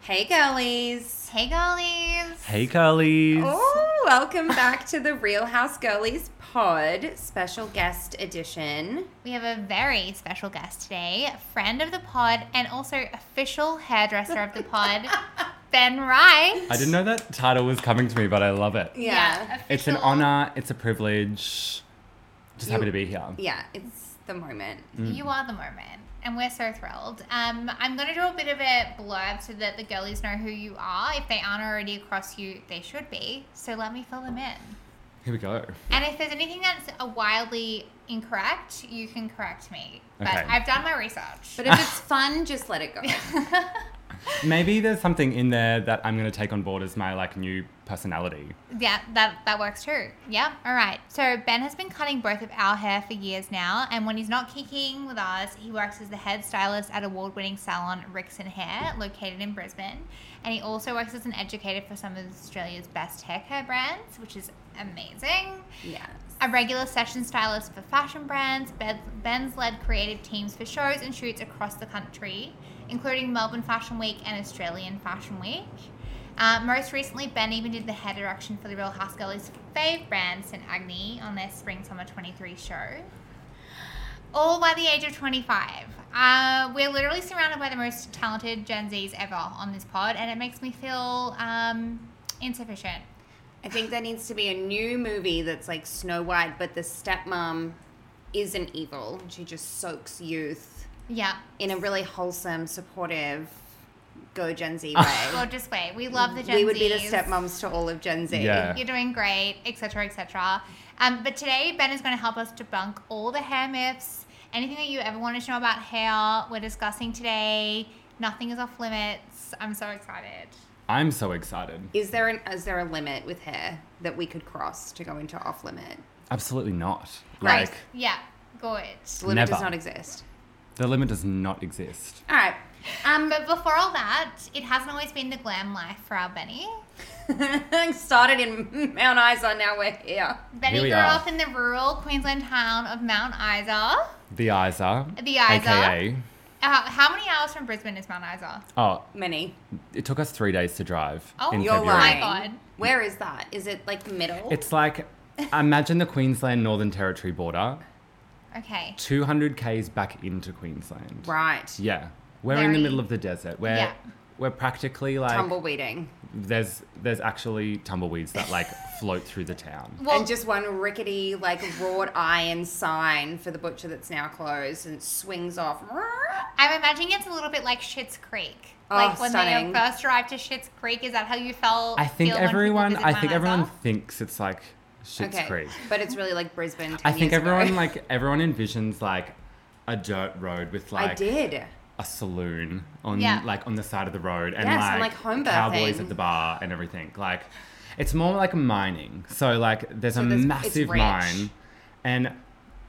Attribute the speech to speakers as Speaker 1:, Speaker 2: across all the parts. Speaker 1: Hey, girlies.
Speaker 2: Hey, girlies.
Speaker 3: Hey, girlies.
Speaker 1: Oh, welcome back to the Real House Girlies Pod, special guest edition.
Speaker 2: We have a very special guest today, friend of the pod and also official hairdresser of the pod, Ben Wright.
Speaker 3: I didn't know that title was coming to me, but I love it.
Speaker 1: Yeah.
Speaker 3: It's an
Speaker 2: official-
Speaker 3: honor, it's a privilege. Just
Speaker 1: You-
Speaker 3: happy to be here.
Speaker 1: Yeah, it's the moment.
Speaker 2: You are the moment, and we're so thrilled. Um, I'm going to do a bit of a blurb so that the girlies know who you are. If they aren't already across you, they should be. So let me fill them in.
Speaker 3: Here we go.
Speaker 2: And if there's anything that's a wildly incorrect, you can correct me. But
Speaker 3: Okay.
Speaker 2: I've done my research.
Speaker 1: But if it's fun, just let it go.
Speaker 3: Maybe there's something in there that I'm going to take on board as my like new personality.
Speaker 2: Yeah, that that works too. Yeah. All right. So Ben has been cutting both of our hair for years now, and when he's not kicking with us, he works as the head stylist at award-winning salon Ricks and Hair, located in Brisbane, and he also works as an educator for some of Australia's best hair care brands, which is amazing.
Speaker 1: Yes.
Speaker 2: A regular session stylist for fashion brands, Ben- Ben's led creative teams for shows and shoots across the country, including Melbourne Fashion Week and Australian Fashion Week. Uh, most recently, Ben even did the head direction for the Real House Girlies' fave brand, St. Agni, on their Spring Summer 23 show. All by the age of 25. Uh, we're literally surrounded by the most talented Gen Zs ever on this pod, and it makes me feel um, insufficient.
Speaker 1: I think there needs to be a new movie that's like Snow White, but the stepmom isn't evil. She just soaks youth
Speaker 2: Yeah.
Speaker 1: in a really wholesome, supportive, go Gen Z way.
Speaker 2: Gorgeous way. We love the Gen
Speaker 1: we would be the
Speaker 2: Zs.
Speaker 1: stepmoms to all of Gen Z.
Speaker 3: Yeah.
Speaker 2: You're doing great, etc., etc. Um, but today, Ben is going to help us debunk all the hair myths. Anything that you ever wanted to know about hair, we're discussing today. Nothing is off limits. I'm so excited.
Speaker 3: I'm so excited.
Speaker 1: Is there an is there a limit with hair that we could cross to go into off limit?
Speaker 3: Absolutely not.
Speaker 2: Right.
Speaker 3: Like,
Speaker 2: yeah, good.
Speaker 1: The limit does
Speaker 3: Never.
Speaker 1: not exist.
Speaker 3: the limit does not exist.
Speaker 1: All right. Um,
Speaker 2: But before all that, it hasn't always been the glam life for our Benny.
Speaker 1: started in Mount Isa, now we're here.
Speaker 2: Benny
Speaker 3: Here we
Speaker 2: grew
Speaker 3: are.
Speaker 2: up in the rural Queensland town of Mount Isa.
Speaker 3: The Isa.
Speaker 2: The Isa.
Speaker 3: AKA.
Speaker 2: Uh, how many hours from Brisbane is Mount Isa?
Speaker 3: Oh,
Speaker 1: Many.
Speaker 3: it took us three days to drive.
Speaker 2: Oh,
Speaker 3: in
Speaker 2: You're
Speaker 3: February.
Speaker 2: lying. My God.
Speaker 1: Where is that? Is it like the middle?
Speaker 3: It's like, imagine the Queensland Northern Territory border,
Speaker 2: Okay.
Speaker 3: 200 Ks back into Queensland.
Speaker 1: right.
Speaker 3: Yeah, we're in
Speaker 2: Very-
Speaker 3: the middle of the desert. We're
Speaker 2: Yeah.
Speaker 3: we're practically like
Speaker 1: Tumbleweeding.
Speaker 3: there's there's actually tumbleweeds that like float through the town.
Speaker 2: Well,
Speaker 1: and just one rickety, like wrought iron sign for the butcher that's now closed and it swings off.
Speaker 2: I'm imagining it's a little bit like Schitt's Creek.
Speaker 1: Oh,
Speaker 2: like when
Speaker 1: stunning.
Speaker 2: they first arrived to Schitt's Creek, is that how you felt?
Speaker 3: I think
Speaker 2: feel when people
Speaker 3: everyone
Speaker 2: visit
Speaker 3: I think
Speaker 2: Mount
Speaker 3: everyone
Speaker 2: Isa?
Speaker 3: thinks it's like Shit's
Speaker 1: okay.
Speaker 3: Creek.
Speaker 1: But it's really like Brisbane. 10
Speaker 3: I think
Speaker 1: years ago.
Speaker 3: everyone like everyone envisions like a dirt road with
Speaker 1: I
Speaker 3: like
Speaker 1: did.
Speaker 3: a saloon on
Speaker 2: Yeah.
Speaker 3: like on the side of the road and
Speaker 1: Yes,
Speaker 3: like,
Speaker 1: and, like, home
Speaker 3: cowboys
Speaker 1: birthing.
Speaker 3: at the bar and everything. Like it's more like mining. So like there's
Speaker 1: So
Speaker 3: a
Speaker 1: there's- it's
Speaker 3: massive
Speaker 1: rich.
Speaker 3: mine and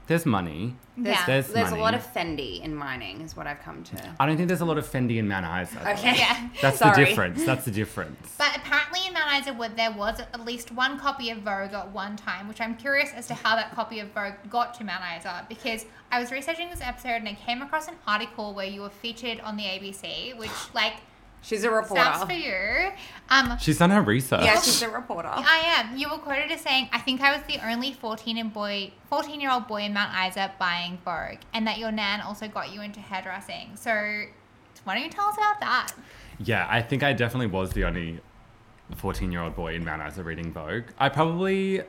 Speaker 3: there's money.
Speaker 1: There's,
Speaker 2: Yeah.
Speaker 3: There's
Speaker 1: there's a
Speaker 3: money.
Speaker 1: lot of Fendi in mining, is what I've come to.
Speaker 3: I don't think there's a lot of Fendi and Mount Isa. though.
Speaker 1: Okay.
Speaker 2: Yeah.
Speaker 3: That's
Speaker 1: Sorry.
Speaker 3: the difference. That's the difference.
Speaker 2: But apparently in Mount Isa Wood, there was at least one copy of Vogue at one time, which I'm curious as to how that copy of Vogue got to Mount Isa because I was researching this episode and I came across an article where you were featured on the ABC, which like
Speaker 1: She's a
Speaker 2: snaps
Speaker 1: reporter.
Speaker 2: for you. Um,
Speaker 3: She's done her research.
Speaker 1: Yeah, she's a reporter.
Speaker 2: I am. You were quoted as saying, "I think I was the only 14 and boy, 14 year old boy in Mount Isa buying Vogue, and that your nan also got you into hairdressing." So, why don't you tell us about that?
Speaker 3: Yeah, I think I definitely was the only 14 year old boy in Mount Isa reading Vogue. I probably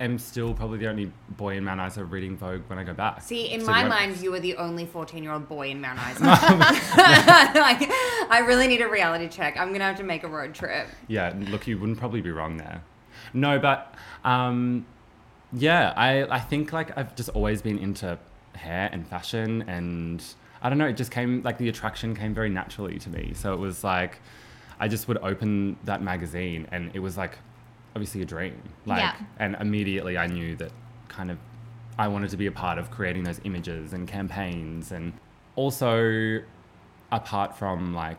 Speaker 3: am still probably the only boy in Mount Isa reading Vogue when I go back.
Speaker 1: See, in
Speaker 3: So
Speaker 1: my
Speaker 3: when-
Speaker 1: mind, you were the only 14 year old boy in Mount Isa. like, I really need a reality check. I'm going to have to make a road trip.
Speaker 3: Yeah, look, you wouldn't probably be wrong there. No, but um, yeah, I, I think like I've just always been into hair and fashion and I don't know, it just came like the attraction came very naturally to me. So it was like I just would open that magazine and it was like obviously a dream. Like
Speaker 2: Yeah.
Speaker 3: and immediately I knew that kind of I wanted to be a part of creating those images and campaigns and also apart from like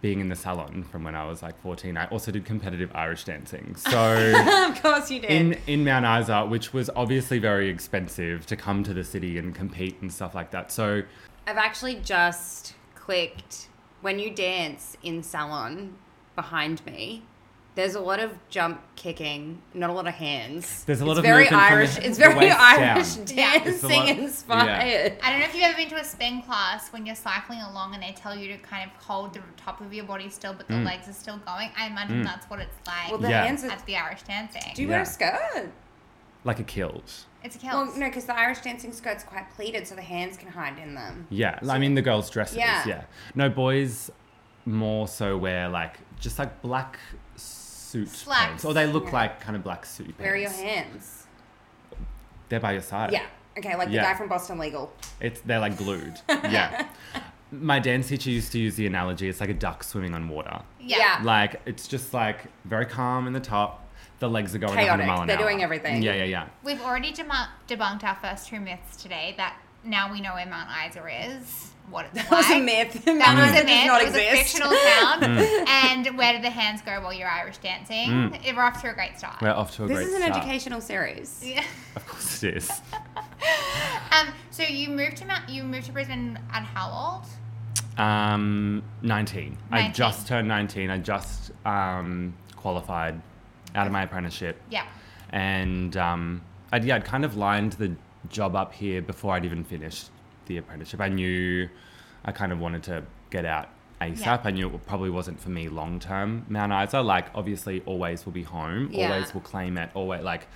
Speaker 3: being in the salon from when I was like 14, I also did competitive Irish dancing. So
Speaker 1: of course you did.
Speaker 3: in in Mount Isa, which was obviously very expensive to come to the city and compete and stuff like that. So
Speaker 1: I've actually just clicked when you dance in salon behind me, there's a lot of jump kicking, not a lot of hands.
Speaker 3: There's a lot
Speaker 1: it's
Speaker 3: of
Speaker 1: very
Speaker 3: movement from
Speaker 1: Irish.
Speaker 3: the-
Speaker 1: it's
Speaker 3: the
Speaker 1: very
Speaker 3: waist
Speaker 1: Irish
Speaker 3: down.
Speaker 2: Yeah.
Speaker 3: It's
Speaker 1: dancing
Speaker 3: a lot- yeah.
Speaker 1: inspired.
Speaker 2: I don't know if you've ever been to a spin class when you're cycling along and they tell you to kind of hold the top of your body still, but the
Speaker 3: Mm.
Speaker 2: legs are still going. I imagine
Speaker 3: Mm.
Speaker 2: that's what it's like
Speaker 1: Well, the
Speaker 3: Yeah.
Speaker 1: hands. Are,
Speaker 2: at the Irish dancing.
Speaker 1: do you wear
Speaker 3: Yeah.
Speaker 1: a skirt?
Speaker 3: like a kilt.
Speaker 2: it's a
Speaker 1: Well,
Speaker 2: kilt.
Speaker 1: no, because the Irish dancing skirt's quite pleated, so the hands can hide in them.
Speaker 3: Yeah, I mean the girls' dresses.
Speaker 1: Yeah.
Speaker 3: Yeah. No, boys more so wear like just like black suit
Speaker 2: Slacks.
Speaker 3: pants, or they look
Speaker 1: Yeah.
Speaker 3: like kind of black suit pants.
Speaker 1: Where are your hands?
Speaker 3: They're by your side.
Speaker 1: Yeah. Okay, like the
Speaker 3: Yeah.
Speaker 1: guy from Boston Legal.
Speaker 3: It's they're like glued. yeah. My dance teacher used to use the analogy: it's like a duck swimming on water.
Speaker 2: Yeah.
Speaker 3: Like it's just like very calm in the top. The legs are going a 100
Speaker 1: Chaotic.
Speaker 3: mile an
Speaker 1: They're
Speaker 3: hour.
Speaker 1: doing everything.
Speaker 3: Yeah, yeah, yeah.
Speaker 2: We've already demu- debunked our first two myths today that now we know where Mount Isa is, what it's
Speaker 1: That
Speaker 2: like.
Speaker 1: was a myth.
Speaker 2: That was
Speaker 1: Mount Isa
Speaker 2: a
Speaker 1: does
Speaker 2: myth.
Speaker 1: not
Speaker 2: it was a
Speaker 1: exist.
Speaker 2: fictional town.
Speaker 3: Mm.
Speaker 2: And where do the hands go while you're Irish dancing? We're off to a great start.
Speaker 3: We're off to a
Speaker 1: This
Speaker 3: great
Speaker 1: is an
Speaker 3: start.
Speaker 1: educational series.
Speaker 2: Yeah.
Speaker 3: Of course it is.
Speaker 2: Um, so you moved to Mount, you moved to Brisbane at how old?
Speaker 3: Um, 19. I
Speaker 2: 19.
Speaker 3: just turned 19. I just um, qualified out of my apprenticeship.
Speaker 2: Yeah.
Speaker 3: And um, I'd, yeah, I'd kind of lined the job up here before I'd even finished the apprenticeship. I knew I kind of wanted to get out ASAP.
Speaker 2: Yeah.
Speaker 3: I knew it probably wasn't for me long term. Mount Isa, like, obviously, always will be home,
Speaker 1: Yeah.
Speaker 3: always will claim it, always, like,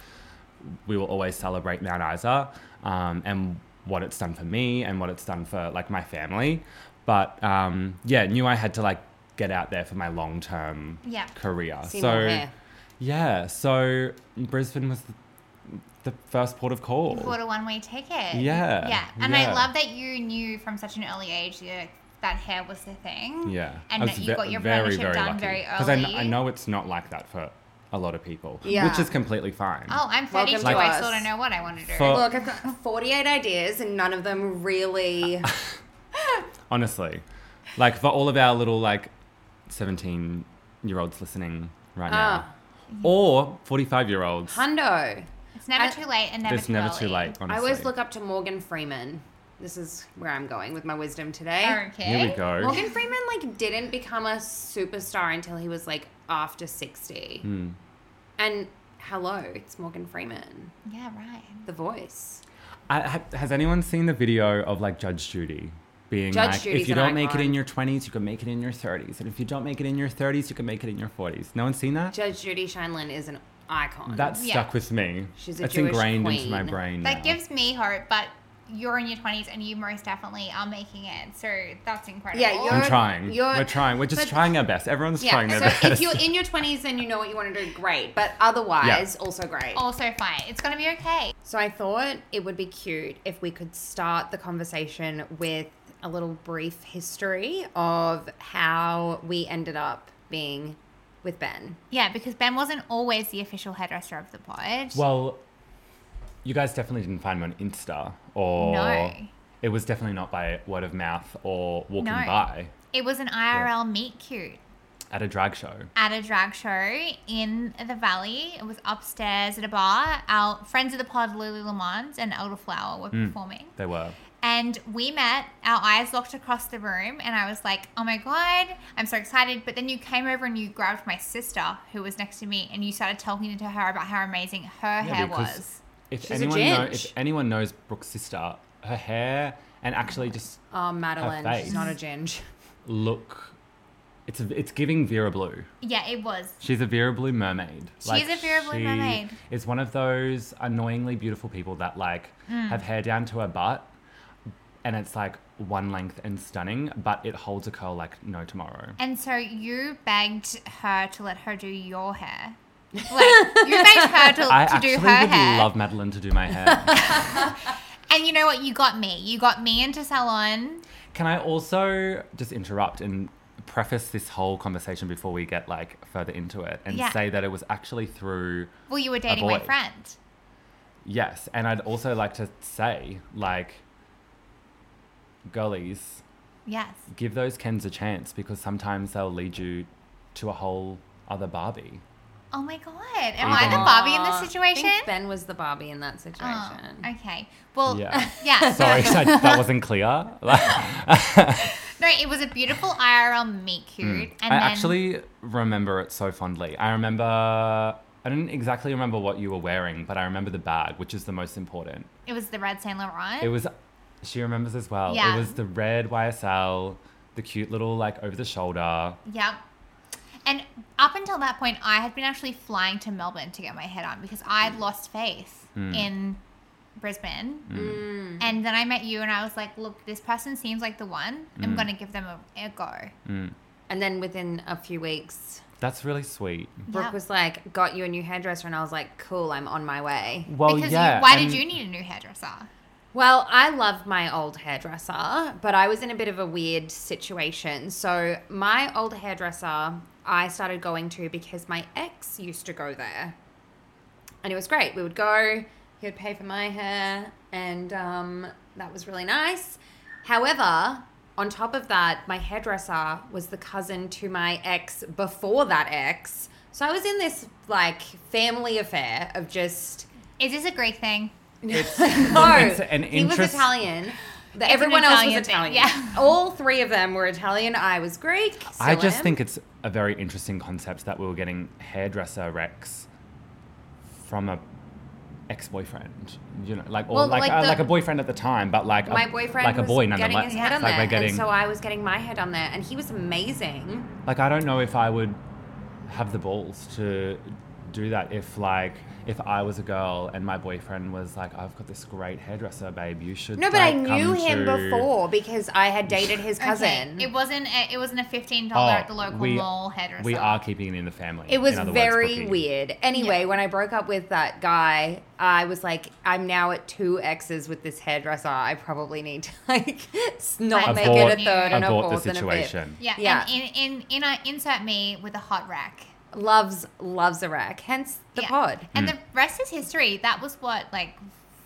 Speaker 3: we will always celebrate Mount Isa um, and what it's done for me and what it's done for like my family. But um, yeah, knew I had to like get out there for my long term
Speaker 2: Yeah.
Speaker 3: career.
Speaker 1: See
Speaker 3: so
Speaker 1: more hair.
Speaker 3: yeah, so Brisbane was the, the first port of call.
Speaker 2: You bought a one way ticket.
Speaker 3: Yeah,
Speaker 2: Yeah. And I
Speaker 3: yeah.
Speaker 2: love that you knew from such an early age that, that hair was the thing.
Speaker 3: yeah,
Speaker 2: And
Speaker 3: I
Speaker 2: that
Speaker 3: was
Speaker 2: you
Speaker 3: ve-
Speaker 2: got your
Speaker 3: very,
Speaker 2: apprenticeship
Speaker 3: very
Speaker 2: done
Speaker 3: lucky.
Speaker 2: very
Speaker 3: 'Cause I, kn- I
Speaker 2: early.
Speaker 3: know it's not like that for a lot of people,
Speaker 1: Yeah.
Speaker 3: which is completely fine.
Speaker 2: Oh, I'm
Speaker 1: Welcome
Speaker 2: 32.
Speaker 1: to
Speaker 2: I
Speaker 1: us.
Speaker 2: still don't know what I want to do.
Speaker 3: For-
Speaker 1: Look, I've got 48 ideas and none of them really.
Speaker 3: Honestly, like for all of our little like seventeen year olds listening right
Speaker 2: Ah.
Speaker 3: now, or forty five year olds,
Speaker 1: uh, Hundo.
Speaker 2: it's never
Speaker 1: I-
Speaker 2: too late and never
Speaker 3: it's
Speaker 2: too
Speaker 3: never
Speaker 2: early.
Speaker 3: too late. Honestly,
Speaker 1: I always look up to Morgan Freeman. This is where I'm going with my wisdom today.
Speaker 2: Okay.
Speaker 3: Here we go.
Speaker 1: Morgan Freeman like didn't become a superstar until he was like after 60.
Speaker 3: Mm.
Speaker 1: And hello, it's Morgan Freeman,
Speaker 2: Yeah, right.
Speaker 1: The Voice.
Speaker 3: I, ha- has anyone seen the video of like Judge Judy being
Speaker 1: Judge
Speaker 3: like,
Speaker 1: Judy's
Speaker 3: if you
Speaker 1: an
Speaker 3: don't make it
Speaker 1: icon.
Speaker 3: in your twenties, you can make it in your thirties, and if you don't make it in your thirties, you can make it in your forties. No one's seen that.
Speaker 1: Judge Judy Shineland is an icon.
Speaker 3: that
Speaker 2: Yeah.
Speaker 3: stuck with me.
Speaker 1: She's a
Speaker 3: That's
Speaker 1: Jewish
Speaker 3: ingrained into my
Speaker 1: queen.
Speaker 3: brain.
Speaker 2: That
Speaker 3: now.
Speaker 2: gives me hope, but you're in your 20s and you most definitely are making it. So that's incredible.
Speaker 1: you're-
Speaker 3: I'm trying.
Speaker 1: you're-
Speaker 3: We're trying. We're just
Speaker 1: but-
Speaker 3: trying our best. Everyone's trying their
Speaker 1: yeah,
Speaker 3: best.
Speaker 1: so if you're in your 20s and you know what you want to do, great. But otherwise, also great.
Speaker 2: also fine. It's going to be okay.
Speaker 1: So I thought it would be cute if we could start the conversation with a little brief history of how we ended up being with Ben.
Speaker 2: Yeah, because Ben wasn't always the official hairdresser of the pod.
Speaker 3: Well, you guys definitely didn't find me on Insta or.
Speaker 2: No.
Speaker 3: It was definitely not by word of mouth or walking
Speaker 2: No.
Speaker 3: by
Speaker 2: it was an IRL meet cute.
Speaker 3: at a drag show.
Speaker 2: at a drag show in the valley. It was upstairs at a bar. Our friends of the pod, Lily Lamont and Elderflower, were performing.
Speaker 3: They were.
Speaker 2: And we met, our eyes locked across the room, and I was like, oh my God, I'm so excited. But then you came over and you grabbed my sister, who was next to me, and you started talking to her about how amazing her
Speaker 3: Yeah,
Speaker 2: hair
Speaker 3: because
Speaker 2: was.
Speaker 3: If
Speaker 1: She's a
Speaker 3: anyone know,
Speaker 1: ginge.
Speaker 3: if anyone knows Brooke's sister, her hair and
Speaker 2: Mm.
Speaker 3: actually just
Speaker 1: Oh, Madeline,
Speaker 3: Her
Speaker 1: she's
Speaker 3: face.
Speaker 1: not a ginge.
Speaker 3: look, it's a, it's giving Vera Blue.
Speaker 2: Yeah, it was.
Speaker 3: She's a Vera Blue mermaid.
Speaker 2: She is a Vera Blue
Speaker 3: she
Speaker 2: mermaid.
Speaker 3: Is one of those annoyingly beautiful people that like
Speaker 2: Mm.
Speaker 3: have hair down to her butt, and it's like one length and stunning, but it holds a curl like no tomorrow.
Speaker 2: And so you begged her to let her do your hair. Like, you begged her to,
Speaker 3: I
Speaker 2: to
Speaker 3: actually
Speaker 2: do her
Speaker 3: would
Speaker 2: hair.
Speaker 3: love Madeline to do my hair.
Speaker 2: And you know what? You got me. You got me into salon.
Speaker 3: Can I also just interrupt and preface this whole conversation before we get like further into it and
Speaker 2: Yeah.
Speaker 3: say that it was actually through
Speaker 2: Well, you were dating my
Speaker 3: boy.
Speaker 2: friend.
Speaker 3: Yes, and I'd also like to say, like, girlies,
Speaker 2: Yes.
Speaker 3: give those Kens a chance because sometimes they'll lead you to a whole other Barbie.
Speaker 2: Oh my god. Am
Speaker 3: Aw.
Speaker 2: I the Barbie in
Speaker 1: Aw,
Speaker 2: this situation?
Speaker 1: I think ben was the Barbie in that situation.
Speaker 2: Oh, okay. Well, yeah.
Speaker 3: Yeah. Sorry, I, that wasn't clear. Like,
Speaker 2: No, it was a beautiful IRL meet cute. And
Speaker 3: Hmm. I
Speaker 2: then,
Speaker 3: actually remember it so fondly. I remember, I don't exactly remember what you were wearing, but I remember the bag, which is the most important.
Speaker 2: it was the Red Saint Laurent.
Speaker 3: It was, she remembers as well.
Speaker 2: Yeah.
Speaker 3: It was the red YSL, the cute little, like, over the shoulder.
Speaker 2: Yep. And up until that point, I had been actually flying to Melbourne to get my head on because I had lost faith
Speaker 3: Hmm.
Speaker 2: in Brisbane. And then I met you, and I was like, look, this person seems like the one.
Speaker 3: Hmm.
Speaker 2: I'm going to give them a, a go.
Speaker 1: And then within a few weeks,
Speaker 3: That's really sweet.
Speaker 1: Brooke
Speaker 2: Yep.
Speaker 1: was like, "Got you a new hairdresser," and I was like, "Cool, I'm on my way."
Speaker 3: Well,
Speaker 2: because
Speaker 3: yeah.
Speaker 2: you, why
Speaker 3: and-
Speaker 2: did you need a new hairdresser?
Speaker 1: Well, I love my old hairdresser, but I was in a bit of a weird situation. So, my old hairdresser, I started going to because my ex used to go there. And it was great. We would go, he would pay for my hair, and um, that was really nice. However, on top of that, my hairdresser was the cousin to my ex before that ex. So, I was in this like family affair of just
Speaker 2: Is this a Greek thing?
Speaker 1: no,
Speaker 3: It's an
Speaker 1: he was
Speaker 3: interest-
Speaker 1: Italian. The- everyone
Speaker 2: Italian
Speaker 1: else was
Speaker 2: thing,
Speaker 1: Italian.
Speaker 2: yeah.
Speaker 1: All three of them were Italian. I was Greek.
Speaker 3: I
Speaker 1: still
Speaker 3: just
Speaker 1: am.
Speaker 3: think it's a very interesting concept that we were getting hairdresser Rex from a ex-boyfriend, you know, like or
Speaker 1: Well,
Speaker 3: like
Speaker 1: like
Speaker 3: uh,
Speaker 1: the-
Speaker 3: like a boyfriend at the time, but like
Speaker 1: my
Speaker 3: a,
Speaker 1: boyfriend
Speaker 3: like a
Speaker 1: was
Speaker 3: boy
Speaker 1: getting
Speaker 3: nonetheless.
Speaker 1: his head on
Speaker 3: like
Speaker 1: there,
Speaker 3: we're getting
Speaker 1: and so I was getting my head on there, and he was amazing.
Speaker 3: like I don't know if I would have the balls to do that if like if I was a girl and my boyfriend was like I've got this great hairdresser, babe, you should.
Speaker 1: No, but I
Speaker 3: like,
Speaker 1: knew
Speaker 3: come
Speaker 1: him
Speaker 3: to-"
Speaker 1: before because I had dated his cousin.
Speaker 2: Okay. It wasn't. A, it wasn't a fifteen
Speaker 3: Oh,
Speaker 2: dollar at the local
Speaker 3: we-
Speaker 2: mall hairdresser.
Speaker 3: We are keeping it in the family.
Speaker 1: It was
Speaker 3: in other words,
Speaker 1: very
Speaker 3: Brookie.
Speaker 1: weird. Anyway, when I broke up with that guy, I was like, I'm now at two exes with this hairdresser. I probably need to like s- not make
Speaker 3: Abort-
Speaker 1: it a third and a
Speaker 3: abort the
Speaker 1: fourth and a fifth.
Speaker 3: situation.
Speaker 2: Yeah.
Speaker 1: Yeah.
Speaker 2: And in in in a, insert me with a hot rack.
Speaker 1: Loves loves Iraq, hence the
Speaker 2: Yeah.
Speaker 1: pod.
Speaker 2: And
Speaker 3: Mm.
Speaker 2: the rest is history. That was what like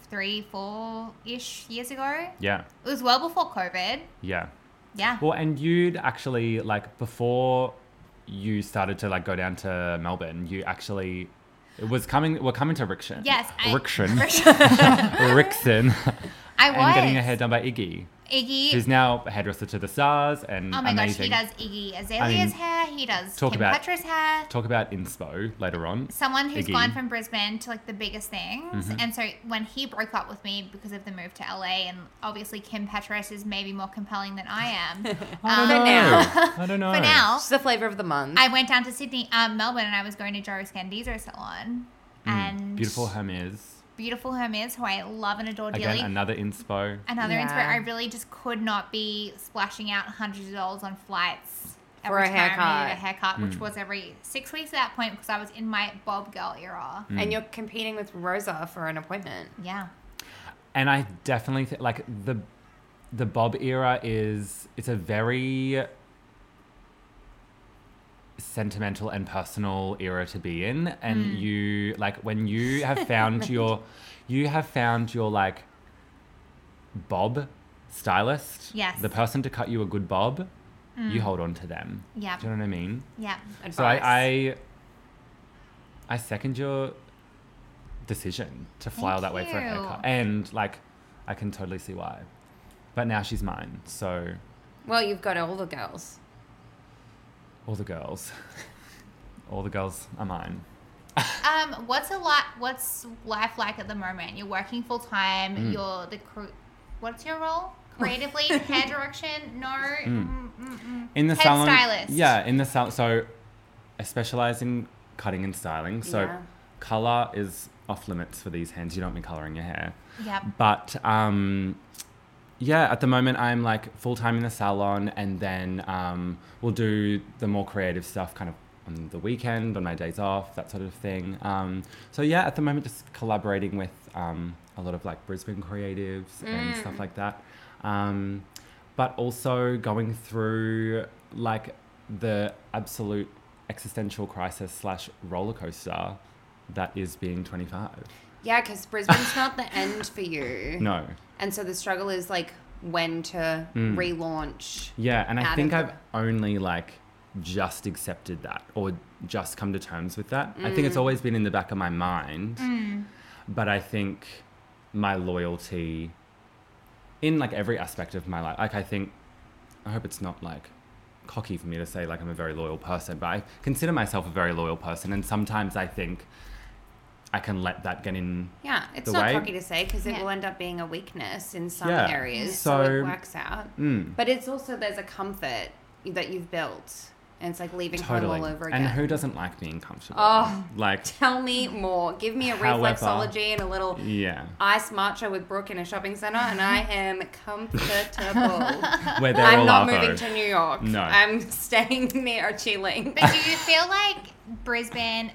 Speaker 2: three, four ish years ago.
Speaker 3: Yeah,
Speaker 2: It was well before COVID.
Speaker 3: yeah.
Speaker 2: Yeah.
Speaker 3: Well, and you'd actually like before you started to like go down to Melbourne, you actually it was coming. We're coming to Rickson.
Speaker 2: Yes, I-
Speaker 3: Rickson.
Speaker 2: I
Speaker 3: Rickson.
Speaker 2: was.
Speaker 3: And getting your hair done by Iggy,
Speaker 2: Iggy.
Speaker 3: who's now a hairdresser to the stars and
Speaker 2: oh my
Speaker 3: amazing.
Speaker 2: gosh, he does Iggy Azalea's
Speaker 3: I mean,
Speaker 2: hair. He does
Speaker 3: talk
Speaker 2: Kim
Speaker 3: about-
Speaker 2: Petra's hair.
Speaker 3: Talk about inspo later on.
Speaker 2: Someone who's
Speaker 3: Iggy. Mm-hmm.
Speaker 2: gone from Brisbane to like the biggest things. And so when he broke up with me because of the move to LA, and obviously Kim Petras is maybe more compelling than I am.
Speaker 3: I don't
Speaker 2: Um,
Speaker 3: know.
Speaker 1: for now.
Speaker 3: I don't know.
Speaker 2: For now,
Speaker 1: It's the flavor of the month.
Speaker 2: I went down to Sydney, um, Melbourne, and I was going to Joe Scandizo
Speaker 3: Mm.
Speaker 2: salon. And
Speaker 3: Beautiful Hermes.
Speaker 2: beautiful Hermes, who I love and adore
Speaker 3: Again,
Speaker 2: dearly.
Speaker 3: another inspo.
Speaker 2: Another
Speaker 1: Yeah.
Speaker 2: inspiration. I really just could not be splashing out hundreds of dollars on flights
Speaker 1: For
Speaker 2: every time
Speaker 1: a
Speaker 2: I needed a
Speaker 1: haircut.
Speaker 2: haircut,
Speaker 3: Mm.
Speaker 2: which was every six weeks at that point because I was in my Bob Girl era.
Speaker 3: Mm.
Speaker 1: and you're competing with Rosa for an appointment.
Speaker 2: Yeah.
Speaker 3: and I definitely think like the the Bob era is it's a very sentimental and personal era to be in and you like when you have found your you have found your like bob stylist
Speaker 2: Yes.
Speaker 3: the person to cut you a good bob you hold on to them
Speaker 2: Yeah.
Speaker 3: do you know what i mean
Speaker 2: Yeah.
Speaker 3: so I, I I second your decision to fly all that
Speaker 2: Thank
Speaker 3: way for a
Speaker 2: you.
Speaker 3: haircut. And like I can totally see why. But now she's mine, so
Speaker 1: well, you've got all the girls.
Speaker 3: all the girls. all the girls are mine.
Speaker 2: Um, what's a lot? What's life like at the moment? You're working full time.
Speaker 3: Mm.
Speaker 2: You're the cr- what's your role? Creatively, hair direction? No. Mm. Mm, mm,
Speaker 3: In the
Speaker 2: Head
Speaker 3: salon.
Speaker 2: stylist.
Speaker 3: Yeah, in the salon so I specialise in cutting and styling. So
Speaker 1: Yeah.
Speaker 3: colour is off limits for these hands. You don't be colouring your hair.
Speaker 2: Yep.
Speaker 3: But um, yeah, at the moment I'm like full time in the salon, and then um, we'll do the more creative stuff kind of on the weekend, on my days off, that sort of thing. Um, so yeah, at the moment just collaborating with um, a lot of like Brisbane creatives and stuff like that. Um, but also going through like the absolute existential crisis slash roller coaster that is being 25.
Speaker 1: Yeah, because Brisbane's not the end for you.
Speaker 3: No.
Speaker 1: And so the struggle
Speaker 3: Mm.
Speaker 1: is like when to relaunch.
Speaker 3: Yeah, and I
Speaker 1: out
Speaker 3: think
Speaker 1: of-
Speaker 3: I've only like just accepted that or just come to terms with that. I
Speaker 1: Mm.
Speaker 3: think it's always been in the back of my mind. But I think my loyalty in like every aspect of my life, like I think, I hope it's not like cocky for me to say like I'm a very loyal person, but I consider myself a very loyal person. And sometimes I think I can let that get in
Speaker 1: Yeah, it's
Speaker 3: The
Speaker 1: not
Speaker 3: way-
Speaker 1: cocky to say because it
Speaker 2: Yeah.
Speaker 1: will end up being a weakness in some
Speaker 3: Yeah.
Speaker 1: areas. So,
Speaker 3: So-
Speaker 1: it works out.
Speaker 3: Mm.
Speaker 1: But it's also there's a comfort that you've built, and it's like leaving
Speaker 3: totally.
Speaker 1: home all over again.
Speaker 3: and who doesn't like being comfortable?
Speaker 1: Oh.
Speaker 3: Like,
Speaker 1: Tell me more. Give me a
Speaker 3: However-
Speaker 1: reflexology and a little
Speaker 3: yeah.
Speaker 1: ice matcha with Brooke in a shopping center, and I am comfortable.
Speaker 3: Where they're
Speaker 1: I'm
Speaker 3: all
Speaker 1: not
Speaker 3: arvo.
Speaker 1: moving to New York.
Speaker 3: No.
Speaker 1: I'm staying near Chilling.
Speaker 2: But do you feel like Brisbane,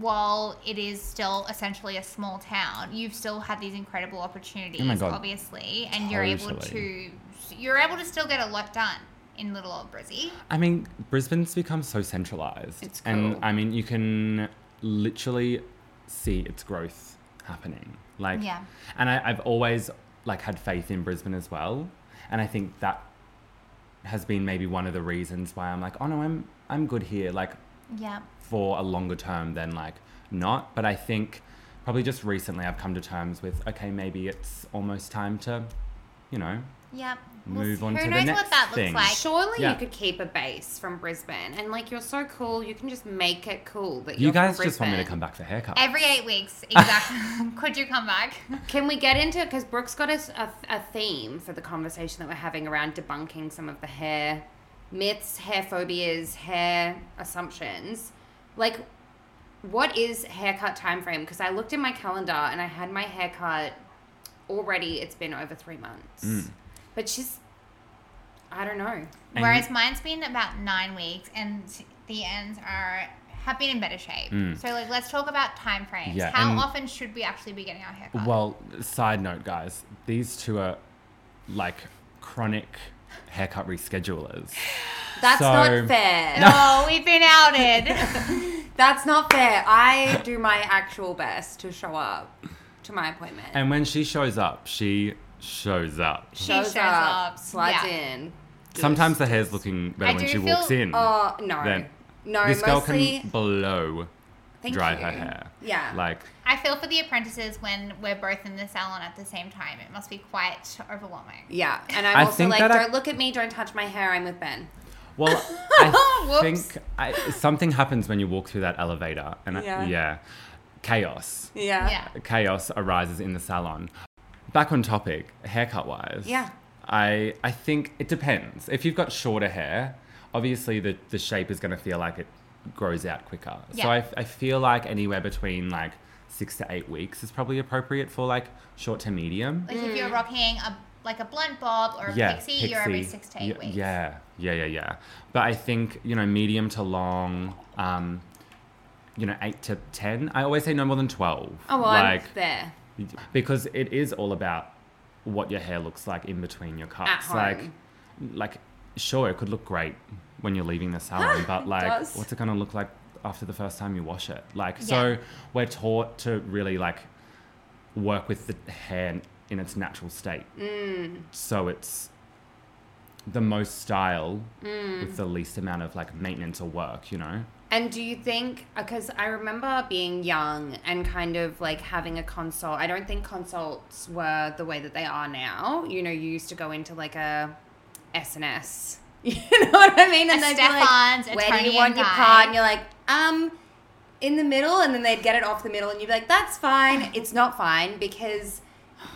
Speaker 2: while it is still essentially a small town, you've still had these incredible opportunities,
Speaker 3: Oh God.
Speaker 2: obviously, and you're able to
Speaker 3: Totally.
Speaker 2: you're able to still get a lot done in little old Brizzy.
Speaker 3: I mean, Brisbane's become so centralized.
Speaker 1: It's
Speaker 3: And
Speaker 1: cool.
Speaker 3: I mean, you can literally see its growth happening. Like,
Speaker 2: Yeah.
Speaker 3: and I, I've always like had faith in Brisbane as well. And I think that has been maybe one of the reasons why I'm like, oh no, I'm, I'm good here. Like
Speaker 2: Yeah.
Speaker 3: for a longer term than like not. But I think probably just recently I've come to terms with, okay, maybe it's almost time to, you know,
Speaker 2: Yep.
Speaker 3: Move on
Speaker 2: who
Speaker 3: to the
Speaker 2: knows what
Speaker 3: next
Speaker 2: that
Speaker 3: thing.
Speaker 2: looks like.
Speaker 1: Surely
Speaker 3: Yeah.
Speaker 1: you could keep a base from Brisbane, and like you're so cool, you can just make it cool that
Speaker 3: you
Speaker 1: you're
Speaker 3: guys
Speaker 1: from
Speaker 3: just want me to
Speaker 1: Brisbane.
Speaker 3: come back for haircuts.
Speaker 2: Every eight weeks, exactly. Could you come back?
Speaker 1: Can we get into it? Because Brooke's got us a, a theme for the conversation that we're having around debunking some of the hair myths, hair phobias, hair assumptions. Like, what is haircut time frame? Because I looked in my calendar and I had my haircut already. It's been over three months, but she's, I don't know.
Speaker 3: And-
Speaker 2: Whereas mine's been about nine weeks, and the ends are have been in better shape.
Speaker 3: Mm.
Speaker 2: So like, let's talk about time frames.
Speaker 3: Yeah,
Speaker 2: How
Speaker 3: and-
Speaker 2: often should we actually be getting our hair cut?
Speaker 3: Well, side note, guys, these two are like chronic haircut reschedulers.
Speaker 1: That's
Speaker 3: So-
Speaker 1: not fair.
Speaker 2: no, Oh, we've been outed.
Speaker 1: That's not fair. I do my actual best to show up to my appointment.
Speaker 3: And when she shows up, she shows up.
Speaker 2: She shows up.
Speaker 1: slides
Speaker 2: Yeah.
Speaker 1: in.
Speaker 3: Sometimes the hair's looking better
Speaker 2: I
Speaker 3: when
Speaker 2: do
Speaker 3: she
Speaker 2: feel-
Speaker 3: walks in.
Speaker 1: Oh no,
Speaker 3: Then
Speaker 1: no,
Speaker 3: this girl
Speaker 1: mostly
Speaker 3: can blow
Speaker 1: thank
Speaker 3: dry
Speaker 1: you.
Speaker 3: her hair.
Speaker 1: Yeah,
Speaker 3: Like,
Speaker 2: I feel for the apprentices when we're both in the salon at the same time. It must be quite overwhelming.
Speaker 1: yeah. And I'm
Speaker 3: I
Speaker 1: also
Speaker 3: think
Speaker 1: like,
Speaker 3: that
Speaker 1: don't
Speaker 3: I-
Speaker 1: look at me, don't touch my hair. I'm with Ben.
Speaker 3: well, I
Speaker 1: Whoops.
Speaker 3: think I, something happens when you walk through that elevator. And I-
Speaker 1: Yeah.
Speaker 3: yeah chaos.
Speaker 1: Yeah,
Speaker 2: Yeah.
Speaker 3: chaos arises in the salon. Back on topic, haircut wise.
Speaker 1: Yeah.
Speaker 3: I I think it depends. If you've got shorter hair, obviously the, the shape is going to feel like it grows out quicker.
Speaker 2: Yeah.
Speaker 3: So I, I feel like anywhere between like six to eight weeks is probably appropriate for like short to medium.
Speaker 2: Like if you're rocking a like a blunt bob or a
Speaker 3: yeah.
Speaker 2: pixie, you're every six to eight
Speaker 3: Y-
Speaker 2: weeks.
Speaker 3: Yeah. Yeah. Yeah. Yeah. But I think, you know, medium to long, um, you know, eight to 10. I always say no more than 12.
Speaker 1: Oh, well,
Speaker 3: like,
Speaker 1: I'm there.
Speaker 3: because it is all about what your hair looks like in between your cuts.
Speaker 1: home.
Speaker 3: Like, like sure, it could look great when you're leaving the salon, but like,
Speaker 1: does.
Speaker 3: what's it gonna look like after the first time you wash it? Like,
Speaker 2: Yeah.
Speaker 3: so we're taught to really like work with the hair in its natural state.
Speaker 1: Mm.
Speaker 3: So it's the most style
Speaker 1: Mm.
Speaker 3: with the least amount of like maintenance or work, you know?
Speaker 1: And do you think, because I remember being young and kind of like having a consult, I don't think consults were the way that they are now. You know, you used to go into like a S&S. You know what I mean?
Speaker 2: A
Speaker 1: they'd be
Speaker 2: Stefan's, a
Speaker 1: where do
Speaker 2: Tony
Speaker 1: you want
Speaker 2: and
Speaker 1: your
Speaker 2: Guy."
Speaker 1: part? And you're like, um, in the middle. And then they'd get it off the middle and you'd be like, that's fine. It's not fine because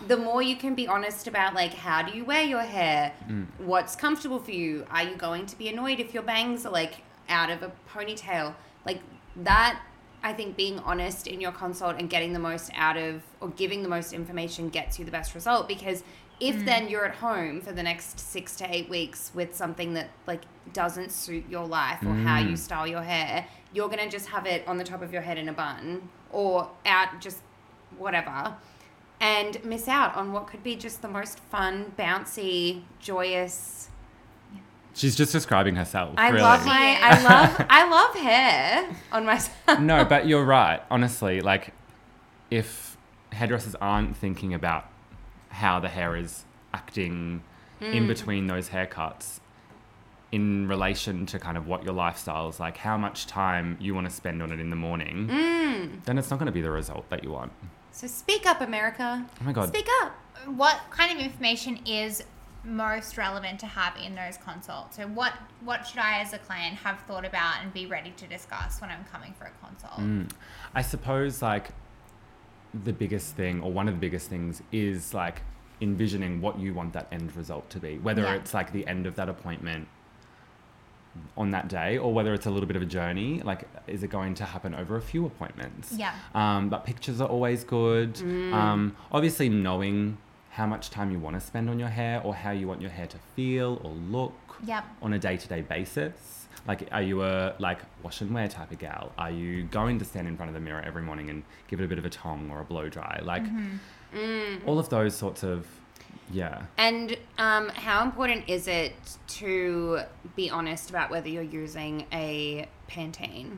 Speaker 1: the more you can be honest about like how do you wear your hair what's comfortable for you are you going to be annoyed if your bangs are like out of a ponytail like that i think being honest in your consult and getting the most out of or giving the most information gets you the best result because if
Speaker 3: Mm.
Speaker 1: then you're at home for the next six to eight weeks with something that like doesn't suit your life or how you
Speaker 3: Mm.
Speaker 1: style your hair you're gonna just have it on the top of your head in a bun or out just whatever and miss out on what could be just the most fun, bouncy, joyous.
Speaker 3: She's just describing herself.
Speaker 1: I
Speaker 3: really.
Speaker 1: love my I love I love hair on myself.
Speaker 3: no, but you're right. Honestly, like if hairdressers aren't thinking about how the hair is acting in between those haircuts, in relation to kind of what your lifestyle is like, how much time you want to spend on it in the morning, then it's not going to be the result that you want.
Speaker 1: So speak up, America.
Speaker 3: Oh my God.
Speaker 1: Speak up.
Speaker 2: What kind of information is most relevant to have in those consults? So what what should I as a client have thought about and be ready to discuss when I'm coming for a consult?
Speaker 3: Mm. I suppose like the biggest thing or one of the biggest things is like envisioning what you want that end result to be, whether
Speaker 2: Yeah.
Speaker 3: it's like the end of that appointment on that day or whether it's a little bit of a journey, like is it going to happen over a few appointments?
Speaker 2: Yeah. Mm.
Speaker 3: Um, but pictures are always good. Um, obviously knowing how much time you want to spend on your hair or how you want your hair to feel or look
Speaker 2: Yep.
Speaker 3: on a day-to-day basis like are you a like wash and wear type of gal are you going to stand in front of the mirror every morning and give it a bit of a tongue or a blow dry like
Speaker 1: Mm.
Speaker 3: all of those sorts of yeah
Speaker 1: And um, how important is it to be honest about whether you're using a Pantene?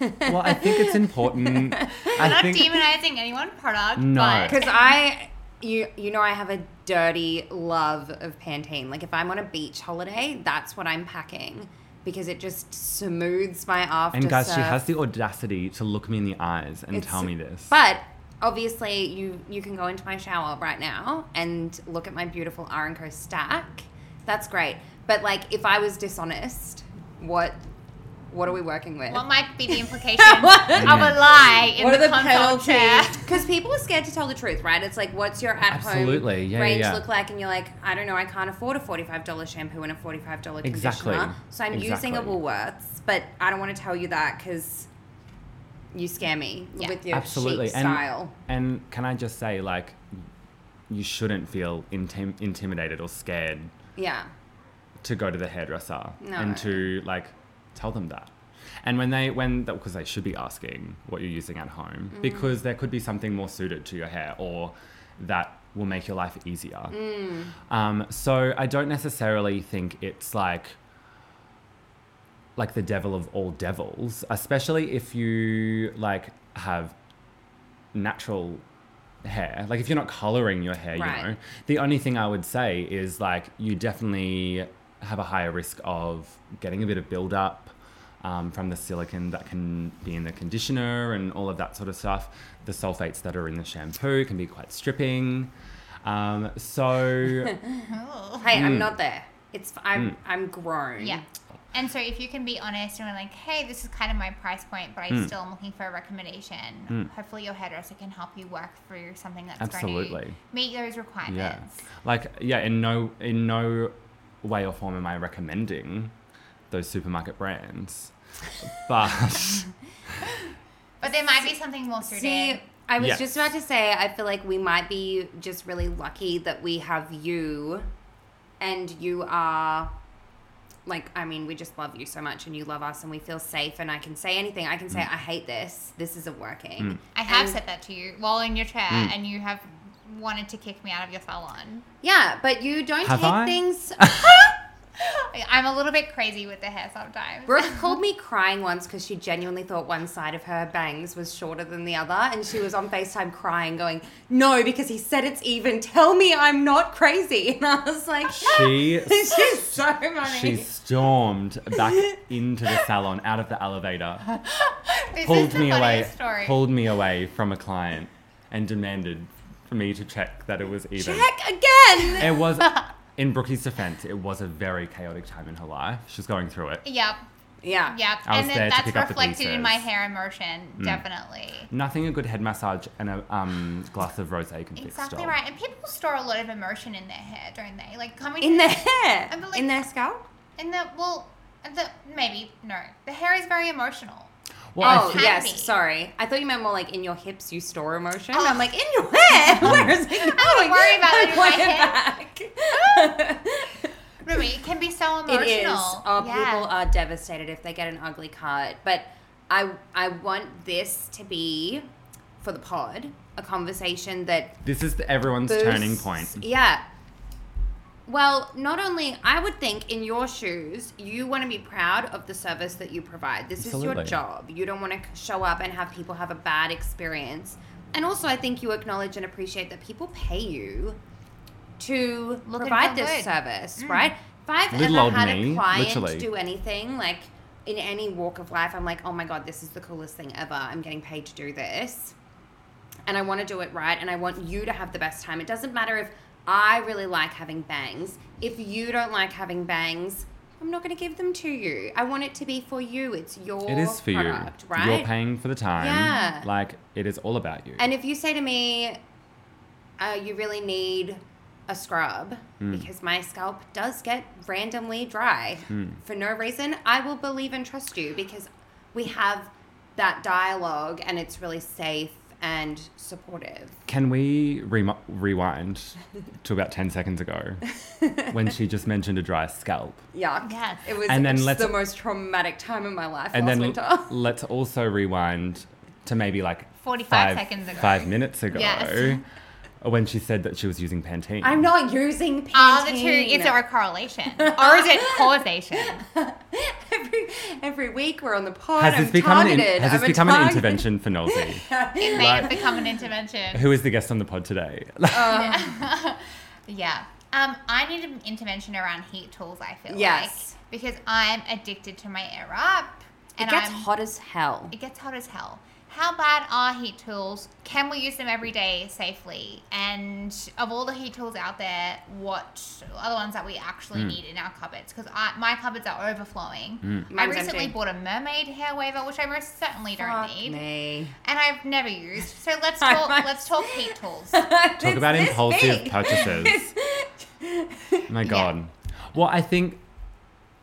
Speaker 3: well i think it's important
Speaker 2: We're
Speaker 3: i
Speaker 2: not
Speaker 3: think
Speaker 2: demonizing any one product,
Speaker 3: No.
Speaker 2: but
Speaker 1: Because I, you, you know, I have a dirty love of Pantene. Like if I'm on a beach holiday, that's what I'm packing because it just smooths my after.
Speaker 3: and guys she
Speaker 1: surf.
Speaker 3: has the audacity to look me in the eyes and
Speaker 1: It's-
Speaker 3: tell me this
Speaker 1: But obviously, you you can go into my shower right now and look at my beautiful R and Co stack. That's great. But like, if I was dishonest, what what are we working with?
Speaker 2: what might be the implication
Speaker 1: What?
Speaker 2: of a lie in
Speaker 1: what
Speaker 2: the,
Speaker 1: are the
Speaker 2: consult chair?
Speaker 1: penalties? Because people are scared to tell the truth, right? It's like, what's your at home
Speaker 3: Absolutely. Yeah, yeah,
Speaker 1: range
Speaker 3: yeah.
Speaker 1: look like? And you're like, I don't know, I can't afford a $45 shampoo and a $45
Speaker 3: Exactly.
Speaker 1: conditioner. So I'm using a
Speaker 3: Exactly.
Speaker 1: Woolworths, but I don't want to tell you that because you scare me
Speaker 2: Yeah.
Speaker 1: with your
Speaker 3: absolutely
Speaker 1: chic style.
Speaker 3: and and can i just say like you shouldn't feel intim- intimidated or scared
Speaker 1: yeah.
Speaker 3: to go to the hairdresser
Speaker 1: No.
Speaker 3: and to like tell them that. And when they when because they should be asking what you're using at home because there could be something more suited to your hair or that will make your life easier. Um, so I don't necessarily think it's like like the devil of all devils, especially if you like have natural hair. Like if you're not coloring your hair,
Speaker 1: Right.
Speaker 3: you know. The only thing I would say is like you definitely have a higher risk of getting a bit of buildup um, from the silicon that can be in the conditioner and all of that sort of stuff. The sulfates that are in the shampoo can be quite stripping. Um, so
Speaker 2: Oh.
Speaker 1: Hey, I'm
Speaker 3: Mm.
Speaker 1: not there. It's f- I'm I'm grown.
Speaker 2: Yeah. And so if you can be honest and we're like, hey, this is kind of my price point, but I
Speaker 3: Hmm.
Speaker 2: still am looking for a recommendation, hopefully your hairdresser can help you work through something that's going
Speaker 3: Absolutely.
Speaker 2: to meet those
Speaker 3: yeah,
Speaker 2: requirements.
Speaker 3: like yeah, in no in no way or form am I recommending those supermarket brands, but
Speaker 2: But there might be something more suited.
Speaker 1: See, I was
Speaker 3: Yes.
Speaker 1: just about to say, I feel like we might be just really lucky that we have you and you are like I mean, we just love you so much and you love us and we feel safe and I can say anything. I can say,
Speaker 3: Mm.
Speaker 1: I hate this, this isn't working.
Speaker 2: I have
Speaker 1: And-
Speaker 2: said that to you while in your chair
Speaker 3: Hmm.
Speaker 2: and you have wanted to kick me out of your salon.
Speaker 1: Yeah, but you don't
Speaker 3: Have
Speaker 1: take
Speaker 3: I?
Speaker 1: things
Speaker 2: I- I'm a little bit crazy with the hair sometimes.
Speaker 1: Brooke called me crying once because she genuinely thought one side of her bangs was shorter than the other, and she was on FaceTime crying, going, No, because he said it's even. Tell me I'm not crazy. And I was like,
Speaker 3: she
Speaker 1: She's so funny.
Speaker 3: She stormed back into the salon, out of the elevator,
Speaker 2: This is
Speaker 3: pulled
Speaker 2: the
Speaker 3: me away,
Speaker 2: funniest story.
Speaker 3: pulled me away from a client, and demanded for me to check that it was even.
Speaker 1: Check again.
Speaker 3: It was, in Brookie's defense, it was a very chaotic time in her life. She's going through it.
Speaker 2: Yep,
Speaker 1: Yeah.
Speaker 2: yep.
Speaker 3: I was
Speaker 2: And
Speaker 3: there
Speaker 2: then
Speaker 3: to
Speaker 2: that's
Speaker 3: pick up the Hmm.
Speaker 2: reflected in my
Speaker 3: pieces.
Speaker 2: hair emotion, definitely.
Speaker 3: Nothing a good head massage and a um, glass of rosé can fix.
Speaker 2: Exactly
Speaker 3: doll.
Speaker 2: right. And people store a lot of emotion in their hair, don't they? Like coming
Speaker 1: In their hair.
Speaker 2: I'm like-
Speaker 1: in their scalp.
Speaker 2: in the well, the maybe no. The hair is very emotional.
Speaker 3: Well, I
Speaker 1: oh,
Speaker 3: think-
Speaker 1: yes.
Speaker 2: happy.
Speaker 1: Sorry. I thought you meant more like in your hips, you store emotion.
Speaker 2: Oh.
Speaker 1: I'm like, in your hair? Where is it going?
Speaker 2: don't worry about it in my
Speaker 1: hair. Back.
Speaker 2: Really, it can be so emotional.
Speaker 1: It is. Oh,
Speaker 2: yeah.
Speaker 1: People are devastated if they get an ugly cut. But I, I want this to be, for the pod, a conversation that
Speaker 3: This is the, everyone's
Speaker 1: Those-
Speaker 3: turning point.
Speaker 1: Yeah. Well, not only I would think in your shoes, you want to be proud of the service that you provide. This
Speaker 3: Absolutely.
Speaker 1: is your job. You don't want to show up and have people have a bad experience. And also, I think you acknowledge and appreciate that people pay you to
Speaker 2: Look at
Speaker 1: provide
Speaker 2: how
Speaker 1: this
Speaker 2: good. Mm.
Speaker 1: service, right? If I've
Speaker 3: Little
Speaker 1: ever
Speaker 3: old
Speaker 1: had
Speaker 3: me,
Speaker 1: a client
Speaker 3: literally.
Speaker 1: do anything, like in any walk of life, I'm like, oh my God, this is the coolest thing ever. I'm getting paid to do this. And I want to do it right. And I want you to have the best time. It doesn't matter if I really like having bangs. If you don't like having bangs, I'm not going to give them to you. I want it to be for you. It's your
Speaker 3: It is for
Speaker 1: product,
Speaker 3: you.
Speaker 1: right?
Speaker 3: You're paying for the time.
Speaker 1: Yeah.
Speaker 3: Like it is all about you.
Speaker 1: And if you say to me, uh, you really need a scrub
Speaker 3: Hmm.
Speaker 1: because my scalp does get randomly dry
Speaker 3: Hmm.
Speaker 1: for no reason, I will believe and trust you because we have that dialogue and it's really safe and supportive.
Speaker 3: Can we re- rewind to about 10 seconds ago when she just mentioned a dry scalp?
Speaker 1: Yuck.
Speaker 2: Yes.
Speaker 1: It was
Speaker 3: And then
Speaker 1: it's
Speaker 3: let's-
Speaker 1: the most traumatic time in my life
Speaker 3: And
Speaker 1: last
Speaker 3: then
Speaker 1: winter.
Speaker 3: let's also rewind to maybe like
Speaker 2: 45 seconds ago.
Speaker 3: Five minutes ago.
Speaker 2: Yes.
Speaker 3: When she said that she was using Pantene.
Speaker 1: I'm not using Pantene.
Speaker 2: Are the two, is there a correlation? Or is it causation?
Speaker 1: every, every week we're on the pod.
Speaker 3: Has
Speaker 1: I'm
Speaker 3: this become, an, in-
Speaker 1: targeted.
Speaker 3: has this
Speaker 1: I'm a
Speaker 3: become an
Speaker 1: target.
Speaker 3: intervention for Nosy,
Speaker 2: It may have become an intervention.
Speaker 3: who is the guest on the pod today?
Speaker 1: Uh,
Speaker 2: Yeah. Um, I need an intervention around heat tools, I feel
Speaker 1: Yes.
Speaker 2: like. Because I'm addicted to my air up.
Speaker 1: It gets
Speaker 2: I'm,
Speaker 1: hot as hell.
Speaker 2: It gets hot as hell. How bad are heat tools? Can we use them every day safely? And of all the heat tools out there, what are the ones that we actually need in our cupboards? Because my cupboards are overflowing. I
Speaker 1: Mine's
Speaker 2: recently
Speaker 1: empty.
Speaker 2: bought a mermaid hair waver, which I most certainly don't
Speaker 1: Fuck
Speaker 2: need,
Speaker 1: me.
Speaker 2: and I've never used. So let's
Speaker 1: I
Speaker 2: talk.
Speaker 1: must-
Speaker 2: let's talk heat tools.
Speaker 3: Talk about impulsive purchases. My God. Well, I think,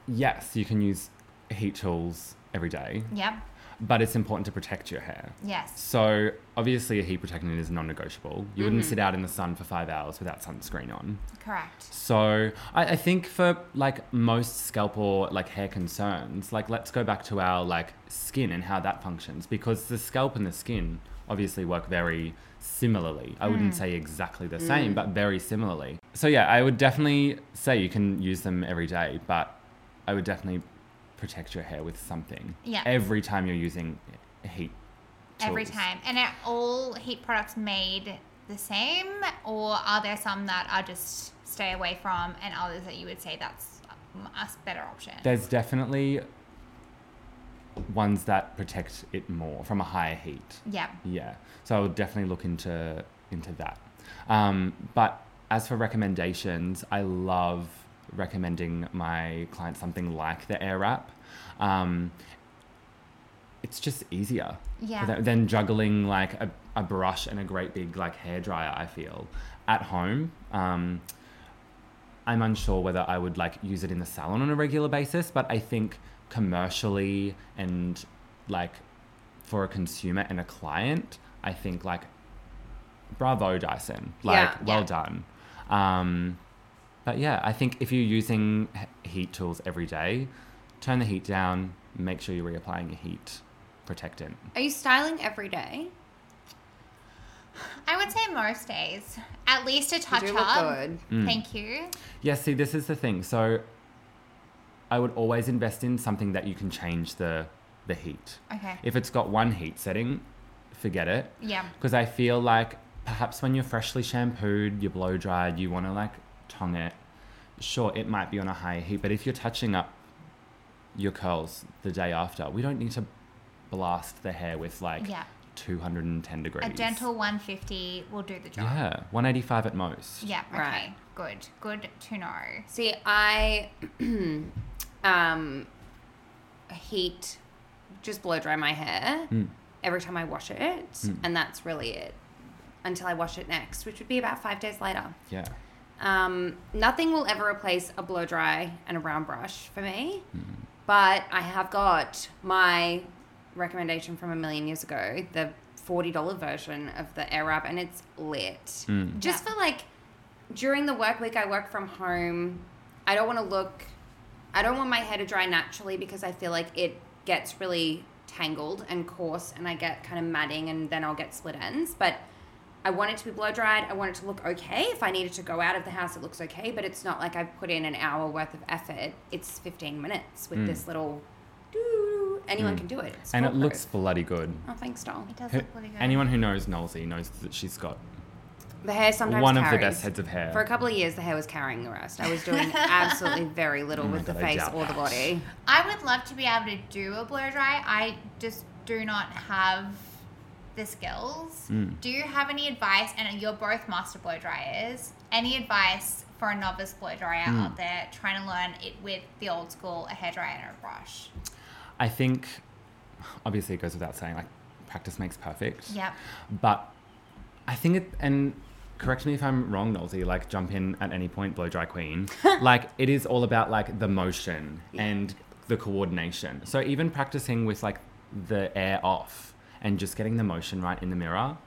Speaker 3: yes, you can use heat tools every day,
Speaker 2: yep.
Speaker 3: but it's important to protect your hair.
Speaker 2: Yes.
Speaker 3: So obviously, a heat protectant is non-negotiable. You wouldn't sit out in the sun for five hours without sunscreen on.
Speaker 2: Correct.
Speaker 3: So I, I think for like most scalp or like hair concerns, like let's go back to our like skin and how that functions because the scalp and the skin obviously work very similarly. I
Speaker 2: Hmm.
Speaker 3: wouldn't say exactly the same, but very similarly. So yeah, I would definitely say you can use them every day, but I would definitely protect your hair with something.
Speaker 2: Yeah.
Speaker 3: Every time you're using heat.
Speaker 2: Every
Speaker 3: tools.
Speaker 2: time. And are all heat products made the same, or are there some that I just stay away from, and others that you would say that's a s- better option?
Speaker 3: There's definitely ones that protect it more from a higher heat.
Speaker 2: yeah.
Speaker 3: Yeah. So I would definitely look into into that. Um, but as for recommendations, I love recommending my clients something like the Air App. Um, it's just easier
Speaker 2: Yeah.
Speaker 3: than, than juggling like a, a brush and a great big like hair dryer. I feel at home. Um, I'm unsure whether I would like use it in the salon on a regular basis, but I think commercially and like for a consumer and a client, I think like bravo Dyson, like
Speaker 1: Yeah.
Speaker 3: well
Speaker 2: Yeah.
Speaker 3: done. Um, but yeah, I think if you're using he- heat tools every day, turn the heat down, make sure you're reapplying your heat protectant.
Speaker 1: Are you styling every day?
Speaker 2: I would say most days, at least a touch
Speaker 1: you do look
Speaker 2: up.
Speaker 1: good.
Speaker 2: Thank you.
Speaker 3: Yeah, see, this is the thing. So I would always invest in something that you can change the the heat.
Speaker 2: Okay.
Speaker 3: If it's got one heat setting, forget it.
Speaker 2: Yeah.
Speaker 3: Because I feel like perhaps when you're freshly shampooed, you're blow dried, you want to like tongue it. Sure, it might be on a higher heat, but if you're touching up your curls the day after, we don't need to blast the hair with like
Speaker 2: Yeah.
Speaker 3: 210 degrees.
Speaker 2: A gentle 150 will do the job.
Speaker 3: Yeah, 185 at most.
Speaker 2: Yeah. okay.
Speaker 1: Right.
Speaker 2: Good. Good to know.
Speaker 1: See, I um heat just blow dry my hair
Speaker 3: Mm,
Speaker 1: every time I wash it,
Speaker 3: Hmm.
Speaker 1: and that's really it until I wash it next, which would be about 5 days later.
Speaker 3: Yeah.
Speaker 1: Um, nothing will ever replace a blow dry and a round brush for me,
Speaker 3: Mm.
Speaker 1: but I have got my recommendation from a million years ago, the $40 version of the Air Up, and it's lit. Just
Speaker 2: Yeah.
Speaker 1: for like during the work week, I work from home. I don't want to look, I don't want my hair to dry naturally because I feel like it gets really tangled and coarse and I get kind of matting and then I'll get split ends. But I want it to be blow dried. I want it to look okay. If I needed to go out of the house, it looks okay. But it's not like I've put in an hour worth of effort. It's 15 minutes with this little doo. Anyone can do it. It's
Speaker 3: Hmm. And it
Speaker 1: foolproof.
Speaker 3: looks bloody good.
Speaker 1: Oh, thanks, doll.
Speaker 2: It does
Speaker 3: Who-
Speaker 2: look really good.
Speaker 3: anyone who knows Nolsey knows that she's got
Speaker 1: The hair sometimes
Speaker 3: one of the
Speaker 1: carries.
Speaker 3: best heads of hair.
Speaker 1: For a couple of years, the hair was carrying the rest. I was doing absolutely very little
Speaker 3: Oh my
Speaker 1: with the
Speaker 3: God, I
Speaker 1: face
Speaker 3: doubt
Speaker 1: or the
Speaker 3: that.
Speaker 1: body.
Speaker 2: I would love to be able to do a blow dry. I just do not have the skills.
Speaker 3: Mm.
Speaker 2: Do you have any advice? And you're both master blow dryers. Any advice for a novice blow dryer
Speaker 3: Mm.
Speaker 2: out there trying to learn it with the old school, a hairdryer and a brush?
Speaker 3: I think, obviously, it goes without saying, like, practice makes perfect.
Speaker 2: Yep.
Speaker 3: But I think it, and correct me if I'm wrong, Nolsey, like, jump in at any point, blow dry queen. like, it is all about, like, the motion and the coordination. So even practicing with, like, the air off and just getting the motion right in the mirror.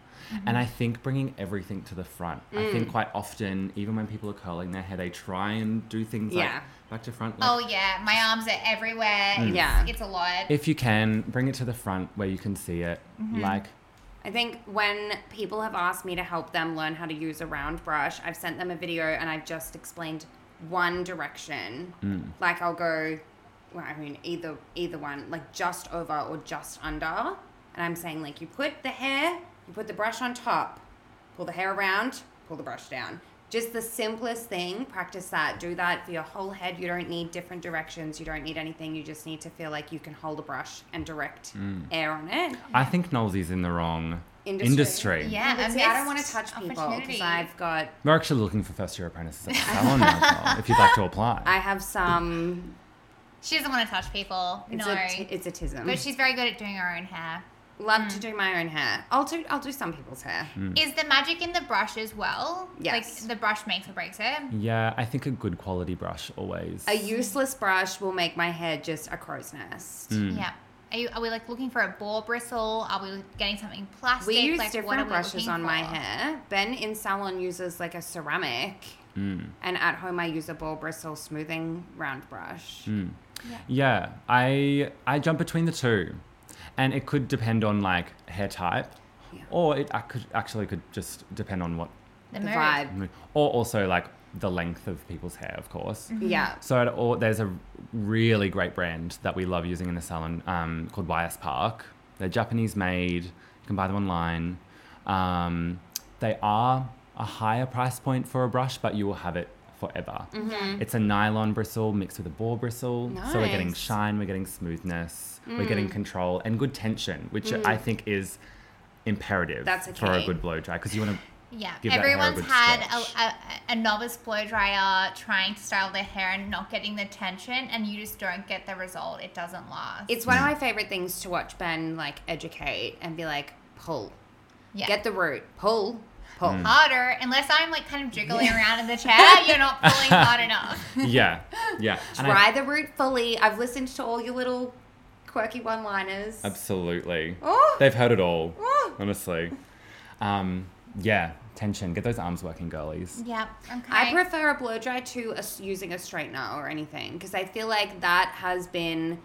Speaker 3: And I think bringing everything to the front. I think quite often, even when people are curling their hair, they try and do things
Speaker 1: Yeah.
Speaker 3: like back to front. Like,
Speaker 2: Oh, yeah. My arms are everywhere.
Speaker 3: Mm.
Speaker 2: It's,
Speaker 1: Yeah.
Speaker 2: It's a lot.
Speaker 3: if you can bring it to the front where you can see it like
Speaker 1: I think when people have asked me to help them learn how to use a round brush, I've sent them a video and I've just explained one direction. Like I'll go, well, I mean either either one, like just over or just under, and I'm saying like you put the hair, you put the brush on top, pull the hair around, pull the brush down. Just the simplest thing. Practice that. Do that for your whole head. You don't need different directions. You don't need anything. You just need to feel like you can hold a brush and direct air on it
Speaker 3: i think Knowlesy's in the wrong
Speaker 1: Industry.
Speaker 3: industry,
Speaker 2: Yeah,
Speaker 1: but
Speaker 2: a
Speaker 1: see, I don't want to
Speaker 2: missed
Speaker 1: touch people because
Speaker 2: opportunity.
Speaker 1: I've got,
Speaker 3: we're actually looking for first year apprentices at the salon now, Paul, if you'd like to apply
Speaker 1: I have some.
Speaker 2: She doesn't want to touch people.
Speaker 1: It's
Speaker 2: no.
Speaker 1: a, t- it's a tism.
Speaker 2: but mm. she's very good at doing her own hair.
Speaker 1: Love to do my own hair. I'll do, I'll do some people's hair.
Speaker 2: Is the magic in the brush as well?
Speaker 1: Mm. Yes.
Speaker 2: Like the brush makes or breaks it?
Speaker 3: yeah i think a good quality brush always
Speaker 1: A useless brush will make my hair just a crow's nest.
Speaker 2: Yeah. Are, you, are we like looking for a boar bristle? Are we getting something plastic?
Speaker 1: We use
Speaker 2: like, what are
Speaker 1: different
Speaker 2: we
Speaker 1: brushes
Speaker 2: looking
Speaker 1: on my
Speaker 2: for?
Speaker 1: hair. Ben in salon uses like a ceramic, and at home I use a ball bristle smoothing round brush.
Speaker 3: yeah i i jump between the two and it could depend on like hair type
Speaker 1: Yeah.
Speaker 3: or it I could actually could just depend on what
Speaker 2: The,
Speaker 1: The
Speaker 2: mood.
Speaker 1: vibe.
Speaker 3: or also like the length of people's hair of course
Speaker 1: Yeah.
Speaker 3: So at all, there's a really great brand that we love using in the salon um, called YS Park. They're Japanese made. You can buy them online. Um, they are a higher price point for a brush, but you will have it forever. It's a nylon bristle mixed with a boar bristle. So we're getting
Speaker 1: Mm-hmm. Nice. Mm.
Speaker 3: shine, we're getting smoothness, we're getting control and good tension, which I think is imperative
Speaker 1: That's a
Speaker 3: for a
Speaker 1: key.
Speaker 3: good blow dry because you want to
Speaker 2: Yeah.
Speaker 3: Give that hair a
Speaker 2: Everyone's
Speaker 3: good
Speaker 2: had
Speaker 3: stretch.
Speaker 2: a, a, a novice blow dryer trying to style their hair and not getting the tension, and you just don't get the result. It doesn't last.
Speaker 1: It's one of my favorite things to watch Ben like educate and be like, pull,
Speaker 2: yeah.
Speaker 1: get the root, pull, pull.
Speaker 2: Mm. harder unless I'm like kind of jiggling around in the chair. You're not pulling hard enough.
Speaker 3: yeah, yeah. And I-
Speaker 1: Try the root fully. I've listened to all your little quirky one-liners.
Speaker 3: Absolutely.
Speaker 1: Oh.
Speaker 3: They've heard it all.
Speaker 1: Oh.
Speaker 3: Honestly. Um, yeah, tension. Get those arms working, girlies.
Speaker 2: Yeah. Okay.
Speaker 1: I prefer a blow dry to a s using a straightener or anything because I feel like that has been,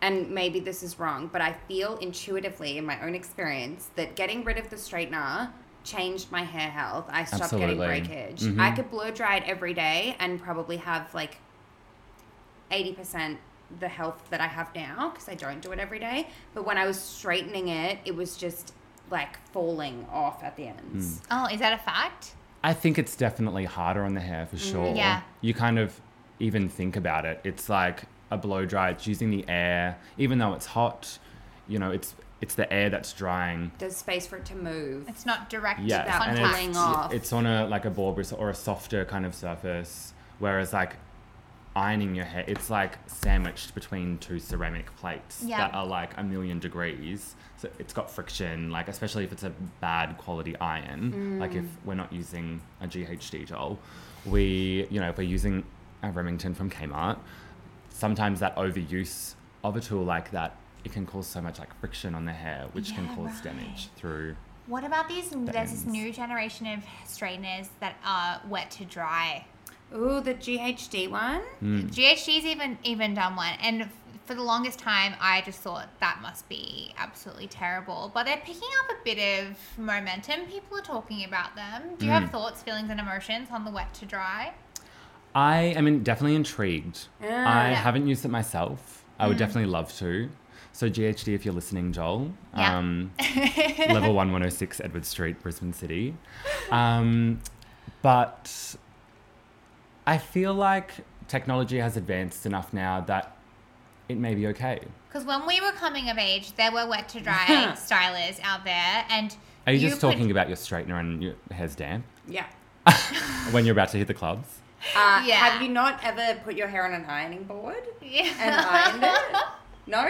Speaker 1: and maybe this is wrong, but I feel intuitively in my own experience that getting rid of the straightener changed my hair health. I stopped
Speaker 3: Absolutely.
Speaker 1: getting breakage.
Speaker 3: Mhm.
Speaker 1: I could blow dry it every day and probably have like 80% the health that I have now because I don't do it every day. But when I was straightening it, it was just like falling off at the ends.
Speaker 2: oh, is that a fact?
Speaker 3: I think it's definitely harder on the hair for sure.
Speaker 2: Yeah.
Speaker 3: You kind of even think about it. It's like a blow dry, it's using the air, even though it's hot, you know, it's it's the air that's drying.
Speaker 1: There's space for it to move.
Speaker 2: It's not direct
Speaker 3: Yeah.
Speaker 1: that
Speaker 2: contact.
Speaker 3: and it's-
Speaker 1: pulling off.
Speaker 3: It's on a like a ball bristle or a softer kind of surface. Whereas like ironing your hair, it's like sandwiched between two ceramic plates
Speaker 2: Yeah.
Speaker 3: that are like a million degrees. So it's got friction, like especially if it's a bad quality iron. Like if we're not using a GHD gel, we you know, if we're using a Remington from Kmart, sometimes that overuse of a tool like that it can cause so much like friction on the hair, which can
Speaker 2: Yeah,
Speaker 3: cause
Speaker 2: right.
Speaker 3: damage through
Speaker 2: What about these? There's this
Speaker 3: ends.
Speaker 2: new generation of straighteners that are wet to dry.
Speaker 1: Ooh, the GHD one?
Speaker 3: Hmm. Mm.
Speaker 2: GHD's even even done one, and f- for the longest time, I just thought that must be absolutely terrible. But they're picking up a bit of momentum. People are talking about them. Do you
Speaker 3: Mm.
Speaker 2: have thoughts, feelings, and emotions on the wet to dry?
Speaker 3: I am in, definitely intrigued.
Speaker 1: Yeah.
Speaker 3: I
Speaker 2: Yeah.
Speaker 3: haven't used it myself. I would definitely love to. So GHD, if you're listening, Joel.
Speaker 2: Yeah.
Speaker 3: Um, level one, 106 Edward Street, Brisbane City. Um, but I feel like technology has advanced enough now that it may be okay.
Speaker 2: Because when we were coming of age, there were wet to dry stylers out there, and
Speaker 3: Are you,
Speaker 2: you
Speaker 3: just
Speaker 2: could-
Speaker 3: talking about your straightener and your hair's damp
Speaker 1: Yeah.
Speaker 3: when you're about to hit the clubs?
Speaker 1: Uh,
Speaker 2: Yeah.
Speaker 1: Have you not ever put your hair on an ironing board and
Speaker 2: yeah,
Speaker 1: ironed it? No?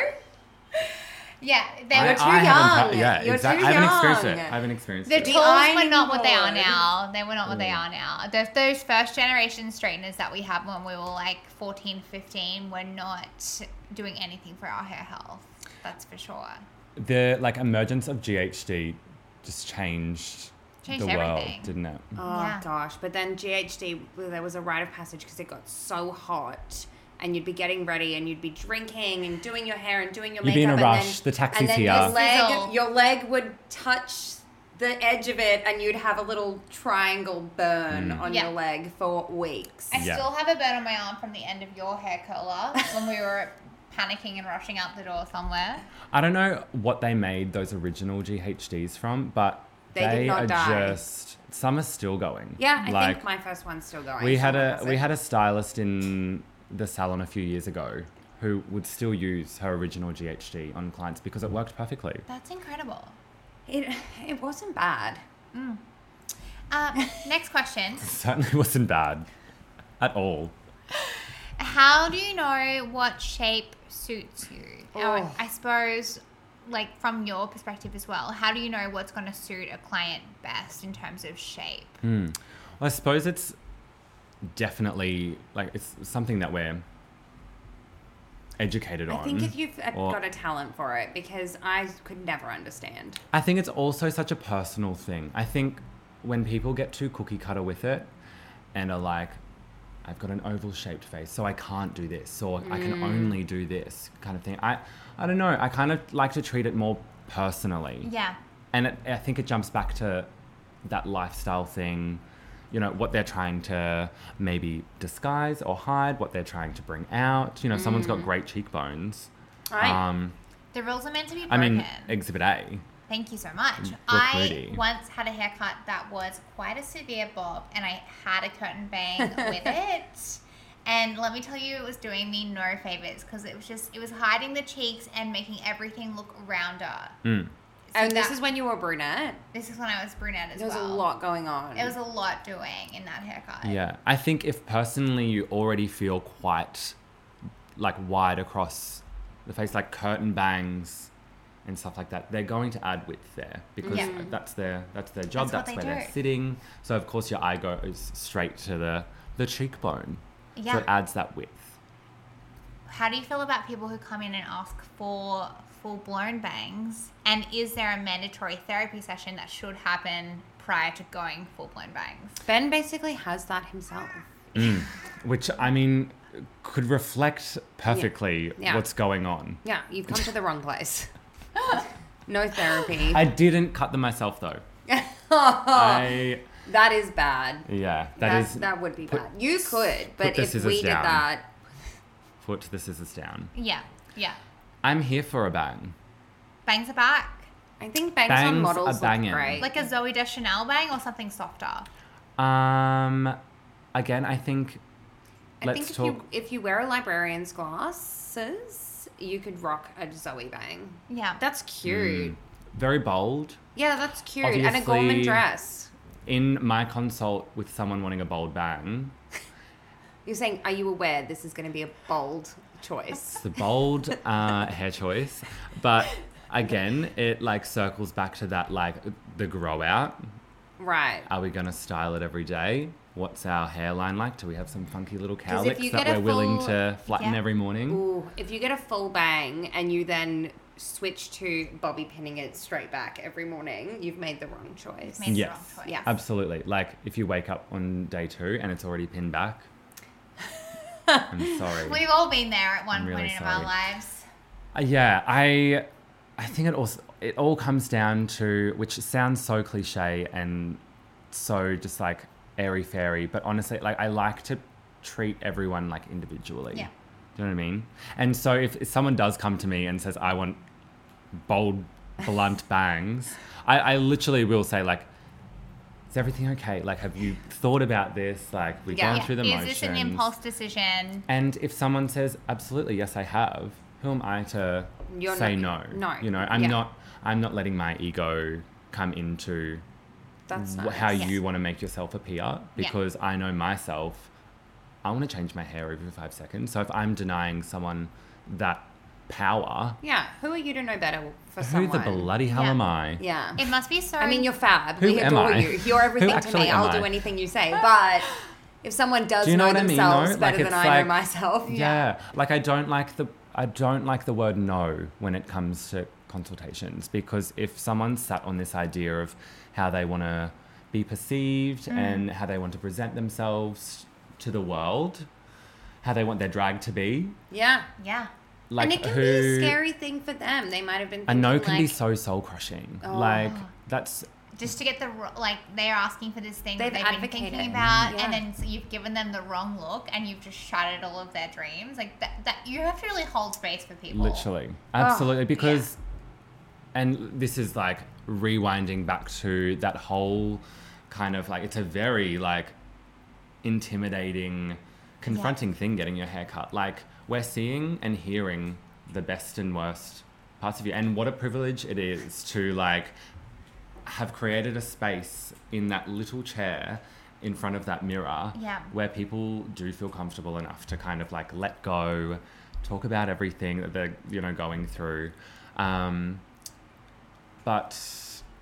Speaker 2: yeah, they
Speaker 3: I-
Speaker 2: were
Speaker 1: You're too
Speaker 3: I haven't
Speaker 1: young.
Speaker 3: had- yeah,
Speaker 1: You're
Speaker 3: exactly.
Speaker 1: too
Speaker 3: I haven't experienced
Speaker 1: young.
Speaker 3: it. I haven't experienced
Speaker 2: The
Speaker 3: it.
Speaker 1: The
Speaker 2: tools were
Speaker 1: ironing
Speaker 2: not what they are
Speaker 1: board.
Speaker 2: now. They were not what they
Speaker 3: Mm.
Speaker 2: are now. Those, those first generation straighteners that we had when we were like 14, 15 were not doing anything for our hair health. That's for sure.
Speaker 3: the like emergence of GHD just changed,
Speaker 2: Changed
Speaker 3: the
Speaker 2: everything.
Speaker 3: world, didn't it?
Speaker 1: Oh
Speaker 2: Yeah.
Speaker 1: gosh! But then GHD, well, there was a rite of passage because it got so hot, and you'd be getting ready, and you'd be drinking and doing your hair and doing your makeup.
Speaker 3: You'd be in a
Speaker 1: and
Speaker 3: rush,
Speaker 1: Then,
Speaker 3: the taxi's
Speaker 1: and then
Speaker 3: here.
Speaker 1: your
Speaker 2: Sizzle.
Speaker 1: leg, your leg would touch the edge of it, and you'd have a little triangle burn
Speaker 3: Hmm.
Speaker 1: on
Speaker 2: Yeah.
Speaker 1: your leg for weeks.
Speaker 2: I
Speaker 3: Yeah.
Speaker 2: still have a burn on my arm from the end of your hair curler when we were panicking and rushing out the door somewhere.
Speaker 3: I don't know what they made those original GHDs from, but
Speaker 1: They
Speaker 3: they,
Speaker 1: did not
Speaker 3: are
Speaker 1: die.
Speaker 3: just some are still going.
Speaker 1: Yeah, I
Speaker 3: like
Speaker 1: think my first one's still going.
Speaker 3: we had
Speaker 1: Someone
Speaker 3: a
Speaker 1: has
Speaker 3: we
Speaker 1: it.
Speaker 3: had a stylist in the salon a few years ago who would still use her original GHD on clients because it worked perfectly.
Speaker 2: That's incredible.
Speaker 1: it. It wasn't bad.
Speaker 2: Um, next question.
Speaker 3: Certainly wasn't bad at all.
Speaker 2: How do you know what shape suits you? Or
Speaker 1: Oh.
Speaker 2: I suppose, like from your perspective as well, how do you know what's going to suit a client best in terms of shape?
Speaker 3: Hmm. Well, I suppose it's definitely like it's something that we're educated on.
Speaker 1: I think if you've uh,
Speaker 3: Or-
Speaker 1: got a talent for it, because I could never understand.
Speaker 3: I think it's also such a personal thing. I think when people get too cookie cutter with it and are like, I've got an oval shaped face, so I can't do this, or I
Speaker 1: Mm.
Speaker 3: can only do this kind of thing. I, I don't know. I kind of like to treat it more personally.
Speaker 2: Yeah.
Speaker 3: And it, I think it jumps back to that lifestyle thing, you know, what they're trying to maybe disguise or hide, what they're trying to bring out. You know, someone's got great cheekbones.
Speaker 1: Right?
Speaker 3: Um,
Speaker 2: The rules are meant to be
Speaker 3: I
Speaker 2: broken.
Speaker 3: mean, Mm, Exhibit A.
Speaker 2: Thank you so much. I
Speaker 3: Moody.
Speaker 2: once had a haircut that was quite a severe bob, and I had a curtain bang with it. And let me tell you, it was doing me no favors because it was just it was hiding the cheeks and making everything look rounder.
Speaker 3: Mm.
Speaker 2: So
Speaker 1: and this
Speaker 2: that-
Speaker 1: is when you were brunette.
Speaker 2: this is when I was brunette as
Speaker 1: There was
Speaker 2: well.
Speaker 1: a lot going on.
Speaker 2: It was a lot doing in that haircut.
Speaker 3: Yeah, I think if personally you already feel quite like wide across the face, like curtain bangs and stuff like that, they're going to add width there because
Speaker 2: Yeah.
Speaker 3: that's their that's their job,
Speaker 2: That's
Speaker 3: that's,
Speaker 2: what
Speaker 3: where
Speaker 2: they
Speaker 3: they're
Speaker 2: do.
Speaker 3: sitting. So of course your eye goes straight to the the cheekbone, so
Speaker 2: Yeah.
Speaker 3: it adds that width.
Speaker 2: How do you feel about people who come in and ask for full blown bangs? And is there a mandatory therapy session that should happen prior to going full blown bangs?
Speaker 1: Ben basically has that himself.
Speaker 3: Which I mean could reflect perfectly
Speaker 1: Yeah.
Speaker 3: what's going on.
Speaker 1: Yeah, you've come to the wrong place. no therapy.
Speaker 3: I didn't cut them myself though. I
Speaker 1: that is bad.
Speaker 3: yeah, that
Speaker 1: That,
Speaker 3: is
Speaker 1: that would be
Speaker 3: put-
Speaker 1: bad. You could, but
Speaker 3: the
Speaker 1: if
Speaker 3: scissors
Speaker 1: we did
Speaker 3: down.
Speaker 1: that,
Speaker 3: put the scissors down.
Speaker 2: Yeah, yeah.
Speaker 3: I'm here for a bang.
Speaker 2: Bangs are back.
Speaker 1: I think bangs,
Speaker 3: Bangs
Speaker 1: on
Speaker 3: are
Speaker 1: models look
Speaker 3: banging.
Speaker 1: great.
Speaker 2: Like a Zoe Deschanel bang or something softer.
Speaker 3: Um, again, I think.
Speaker 1: I
Speaker 3: let's
Speaker 1: think if
Speaker 3: talk.
Speaker 1: you if you wear a librarian's glasses, you could rock a Zoe bang.
Speaker 2: Yeah.
Speaker 1: That's cute.
Speaker 3: Very bold.
Speaker 1: Yeah, that's cute. and a Gorman
Speaker 3: Obviously-
Speaker 1: dress.
Speaker 3: In my consult with someone wanting a bold bang,
Speaker 1: You're saying, are you aware this is going to be a bold choice?
Speaker 3: it's the bold uh, hair choice, but again, it like circles back to that like the grow out.
Speaker 1: Right.
Speaker 3: Are we gonna style it every day? What's our hairline like? Do we have some funky little
Speaker 1: if
Speaker 3: cowlicks
Speaker 1: you
Speaker 3: that
Speaker 1: get a
Speaker 3: we're willing
Speaker 1: full-
Speaker 3: to flatten
Speaker 2: Yeah.
Speaker 3: every morning?
Speaker 1: Ooh, if you get a full bang and you then switch to bobby pinning it straight back every morning, you've made the wrong choice.
Speaker 2: Made the
Speaker 3: Yes.
Speaker 2: wrong choice.
Speaker 1: Yeah.
Speaker 3: Absolutely. Like if you wake up on day two and it's already pinned back. I'm sorry.
Speaker 2: We've all been there at one
Speaker 3: I'm
Speaker 2: point
Speaker 3: really
Speaker 2: in our
Speaker 3: sorry.
Speaker 2: lives.
Speaker 3: Uh, Yeah, I I think it also it all comes down to which sounds so cliche and so just like airy fairy, but honestly, like I like to treat everyone like individually.
Speaker 2: Yeah.
Speaker 3: Do you know what I mean? And so if, if someone does come to me and says, I want bold, blunt bangs, I, I literally will say, like, is everything okay? Like, have you thought about this? Like, we've
Speaker 1: Yeah.
Speaker 3: gone through the
Speaker 2: Is
Speaker 3: motions.
Speaker 2: this an impulse decision?
Speaker 3: And if someone says, absolutely, yes, I have, who am I to
Speaker 1: You're
Speaker 3: say
Speaker 1: not-
Speaker 3: no?
Speaker 1: no,
Speaker 3: You know, I'm
Speaker 1: yeah.
Speaker 3: not, I'm not letting my ego come into
Speaker 1: That's
Speaker 3: wh-
Speaker 1: nice.
Speaker 3: how
Speaker 2: Yeah.
Speaker 3: you want to make yourself appear because I know myself. I want to change my hair every five seconds. So if I'm denying someone that power,
Speaker 1: Yeah. Who are you to know better for
Speaker 3: who
Speaker 1: someone?
Speaker 3: the bloody hell
Speaker 2: Yeah.
Speaker 3: am I?
Speaker 1: Yeah.
Speaker 2: It must be so.
Speaker 1: I mean, you're fab.
Speaker 3: Who
Speaker 1: we
Speaker 3: am
Speaker 1: adore
Speaker 3: I?
Speaker 1: you. You're everything to
Speaker 3: actually
Speaker 1: me.
Speaker 3: am
Speaker 1: I'll do
Speaker 3: I?
Speaker 1: anything you say. But if someone does
Speaker 3: Do you know
Speaker 1: know,
Speaker 3: what I mean,
Speaker 1: themselves
Speaker 3: though?
Speaker 1: better
Speaker 3: Like,
Speaker 1: than
Speaker 3: it's
Speaker 1: I
Speaker 3: like-
Speaker 1: know myself,
Speaker 3: Yeah. Like I don't like the I don't like the word no when it comes to consultations because if someone sat on this idea of how they want to be perceived
Speaker 1: Hmm.
Speaker 3: and how they want to present themselves to the world, how they want their drag to be,
Speaker 1: yeah.
Speaker 2: yeah.
Speaker 3: like
Speaker 1: and it can
Speaker 3: who
Speaker 1: be a scary thing for them. They might have been.
Speaker 3: a no
Speaker 1: thinking,
Speaker 3: can be
Speaker 1: like,
Speaker 3: so soul crushing.
Speaker 1: Oh.
Speaker 3: Like that's
Speaker 2: Just to get the ro- like, they're asking for this thing
Speaker 1: They've
Speaker 2: that they've been
Speaker 1: advocated.
Speaker 2: thinking about,
Speaker 1: Yeah.
Speaker 2: and then so you've given them the wrong look, and you've just shattered all of their dreams. Like that, that you have to really hold space for people.
Speaker 3: Literally. Absolutely. because, and this is like rewinding back to that whole kind of like, it's a very like intimidating, confronting thing getting your hair cut. Like, we're seeing and hearing the best and worst parts of you. And what a privilege it is to like have created a space in that little chair in front of that mirror
Speaker 2: Yeah.
Speaker 3: where people do feel comfortable enough to kind of like let go, talk about everything that they're, you know, going through. Um, but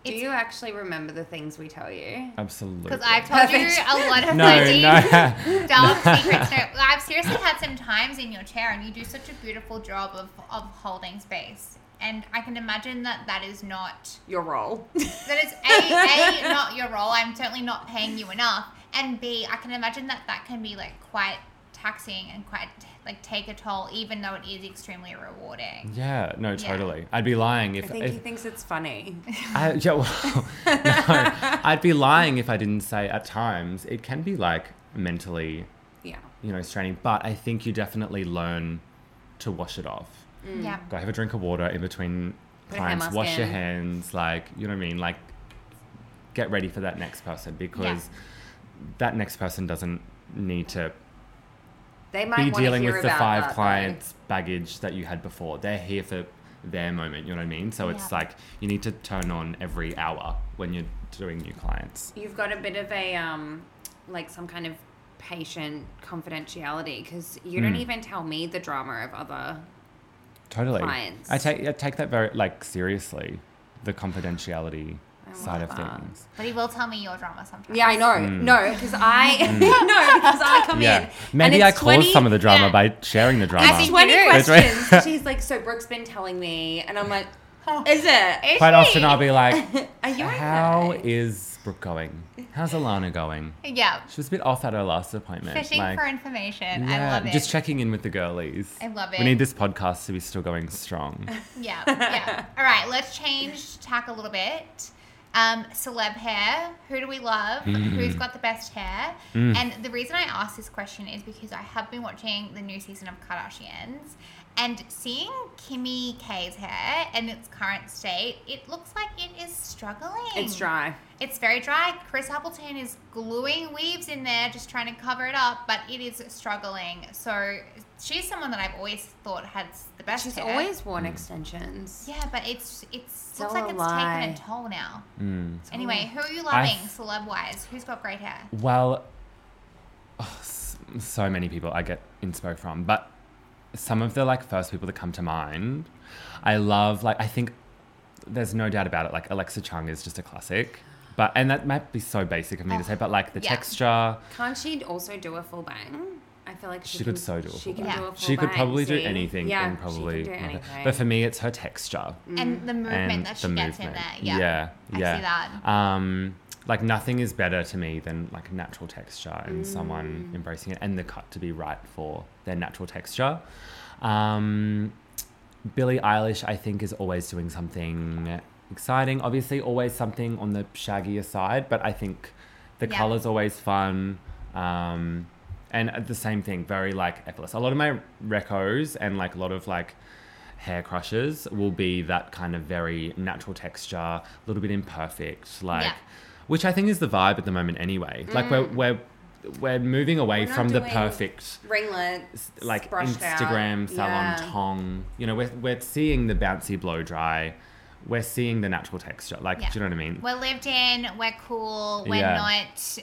Speaker 1: Do
Speaker 2: It's-
Speaker 1: you actually remember the things we tell you?
Speaker 3: absolutely.
Speaker 2: Because I've told
Speaker 1: Perfect.
Speaker 2: you a lot of
Speaker 3: no,
Speaker 2: my deep,
Speaker 3: no.
Speaker 2: dark secrets. No, I've seriously had some times in your chair, and you do such a beautiful job of, of holding space. And I can imagine that that is not
Speaker 1: Your role.
Speaker 2: that is a a not your role. I'm certainly not paying you enough, and b I can imagine that that can be like quite taxing and quite like take a toll, even though it is extremely rewarding.
Speaker 3: yeah, no,
Speaker 2: Yeah.
Speaker 3: totally. I'd be lying
Speaker 1: I
Speaker 3: if,
Speaker 1: think
Speaker 3: if
Speaker 1: he thinks it's funny.
Speaker 3: I, yeah, well, no, I'd be lying if I didn't say at times it can be like mentally,
Speaker 1: Yeah.
Speaker 3: you know, straining, but I think you definitely learn to wash it off.
Speaker 2: Yeah,
Speaker 3: Go have a drink of water in between
Speaker 1: Put a hand
Speaker 3: clients,
Speaker 1: mask
Speaker 3: wash your
Speaker 1: in.
Speaker 3: hands, like, you know what I mean? Like, get ready for that next person because that next person doesn't need to
Speaker 1: They might
Speaker 3: be
Speaker 1: want to
Speaker 3: dealing
Speaker 1: hear
Speaker 3: with the
Speaker 1: about
Speaker 3: five
Speaker 1: that, though.
Speaker 3: clients baggage that you had before. They're here for their moment, you know what I mean? So it's
Speaker 2: Yeah.
Speaker 3: like you need to turn on every hour when you're doing new clients.
Speaker 1: You've got a bit of a um, like some kind of patient confidentiality because you don't
Speaker 3: Mm.
Speaker 1: even tell me the drama of other.
Speaker 3: Totally.
Speaker 1: clients.
Speaker 3: I take I take that very like seriously, the confidentiality
Speaker 1: I
Speaker 3: side
Speaker 1: love
Speaker 3: of
Speaker 1: that.
Speaker 3: things.
Speaker 2: but he will tell me your drama sometimes.
Speaker 1: Yeah, I know. No, because I no because I come in. and
Speaker 3: Hmm. Maybe
Speaker 1: it's
Speaker 3: I caused
Speaker 1: 20
Speaker 3: some of the drama
Speaker 2: yeah.
Speaker 3: by sharing the drama.
Speaker 1: I have
Speaker 2: think
Speaker 1: twenty
Speaker 2: you do.
Speaker 3: That's right.
Speaker 1: questions. She's like, so Brooke's been telling me, and I'm like,
Speaker 2: Oh.
Speaker 1: is it?
Speaker 2: Is
Speaker 3: Quite
Speaker 2: she?
Speaker 3: often I'll be like,
Speaker 1: Are you
Speaker 3: "How
Speaker 1: okay?
Speaker 3: is Brooke going? How's Alana going?"
Speaker 2: yeah
Speaker 3: She was a bit off at her last appointment.
Speaker 2: fishing
Speaker 3: like,
Speaker 2: for information. I
Speaker 3: yeah,
Speaker 2: love it.
Speaker 3: Just checking in with the girlies.
Speaker 2: I love it.
Speaker 3: We need this podcast to be still going strong.
Speaker 2: Yeah, yeah. All right, let's change tack a little bit. Um, celeb hair. Who do we love?
Speaker 1: Mm-hmm.
Speaker 2: Who's got the best hair?
Speaker 1: Mm.
Speaker 2: And the reason I asked this question is because I have been watching the new season of Kardashians and seeing Kimmy K's hair in its current state, it looks like it is struggling.
Speaker 1: It's dry.
Speaker 2: It's very dry. Chris Appleton is gluing weaves in there, just trying to cover it up, but it is struggling. So she's someone that I've always thought had the best
Speaker 1: She's
Speaker 2: hair.
Speaker 1: always worn extensions.
Speaker 2: Yeah, but it's it's
Speaker 1: So
Speaker 2: looks like it's
Speaker 1: alive.
Speaker 2: taken a toll now.
Speaker 3: Mm.
Speaker 2: Anyway, who are you
Speaker 3: I
Speaker 2: loving
Speaker 3: f-
Speaker 2: celeb wise? Who's got great hair?
Speaker 3: Well, oh, s- so many people I get inspo from, but some of the like first people that come to mind, I love like I think there's no doubt about it. Like Alexa Chung is just a classic, but and that might be so basic of me
Speaker 1: Oh,
Speaker 3: to say, but like the
Speaker 2: yeah.
Speaker 3: texture,
Speaker 1: Can't she also do a full bang? I feel like she,
Speaker 3: she,
Speaker 1: can,
Speaker 3: could so do. A
Speaker 1: She
Speaker 3: full
Speaker 1: can
Speaker 3: bang.
Speaker 1: do a full
Speaker 3: She could
Speaker 1: bang,
Speaker 3: probably do
Speaker 1: see?
Speaker 3: anything
Speaker 1: Yeah,
Speaker 3: and probably.
Speaker 1: She can do
Speaker 3: love it.
Speaker 1: anything.
Speaker 3: But for me, it's her texture.
Speaker 2: And the movement
Speaker 3: and
Speaker 2: that she
Speaker 3: the
Speaker 2: gets in
Speaker 3: movement.
Speaker 2: there. Yeah. I
Speaker 3: yeah.
Speaker 2: see
Speaker 3: yeah.
Speaker 2: that.
Speaker 3: Um, like nothing is better to me than like natural texture
Speaker 2: Mm.
Speaker 3: and someone embracing it and the cut to be right for their natural texture. Um, Billie Eilish, I think, is always doing something exciting. Obviously, always something on the shaggier side, but I think the
Speaker 2: Yeah.
Speaker 3: color's always fun. Um, And uh, the same thing, very like effortless. A lot of my recos and like a lot of like hair crushes will be that kind of very natural texture, a little bit imperfect, like
Speaker 2: Yeah. Mm.
Speaker 3: which I think is the vibe at the moment anyway. Like we're we're we're moving away
Speaker 1: We're not
Speaker 3: from the
Speaker 1: doing-
Speaker 3: perfect
Speaker 1: Ringlets,
Speaker 3: like
Speaker 1: brushed out.
Speaker 3: Instagram salon
Speaker 1: Yeah.
Speaker 3: tong. You know, we're we're seeing the bouncy blow dry. We're seeing the natural texture. Like,
Speaker 2: Yeah.
Speaker 3: do you know what I mean?
Speaker 2: We're lived in, we're cool, we're
Speaker 3: Yeah.
Speaker 2: not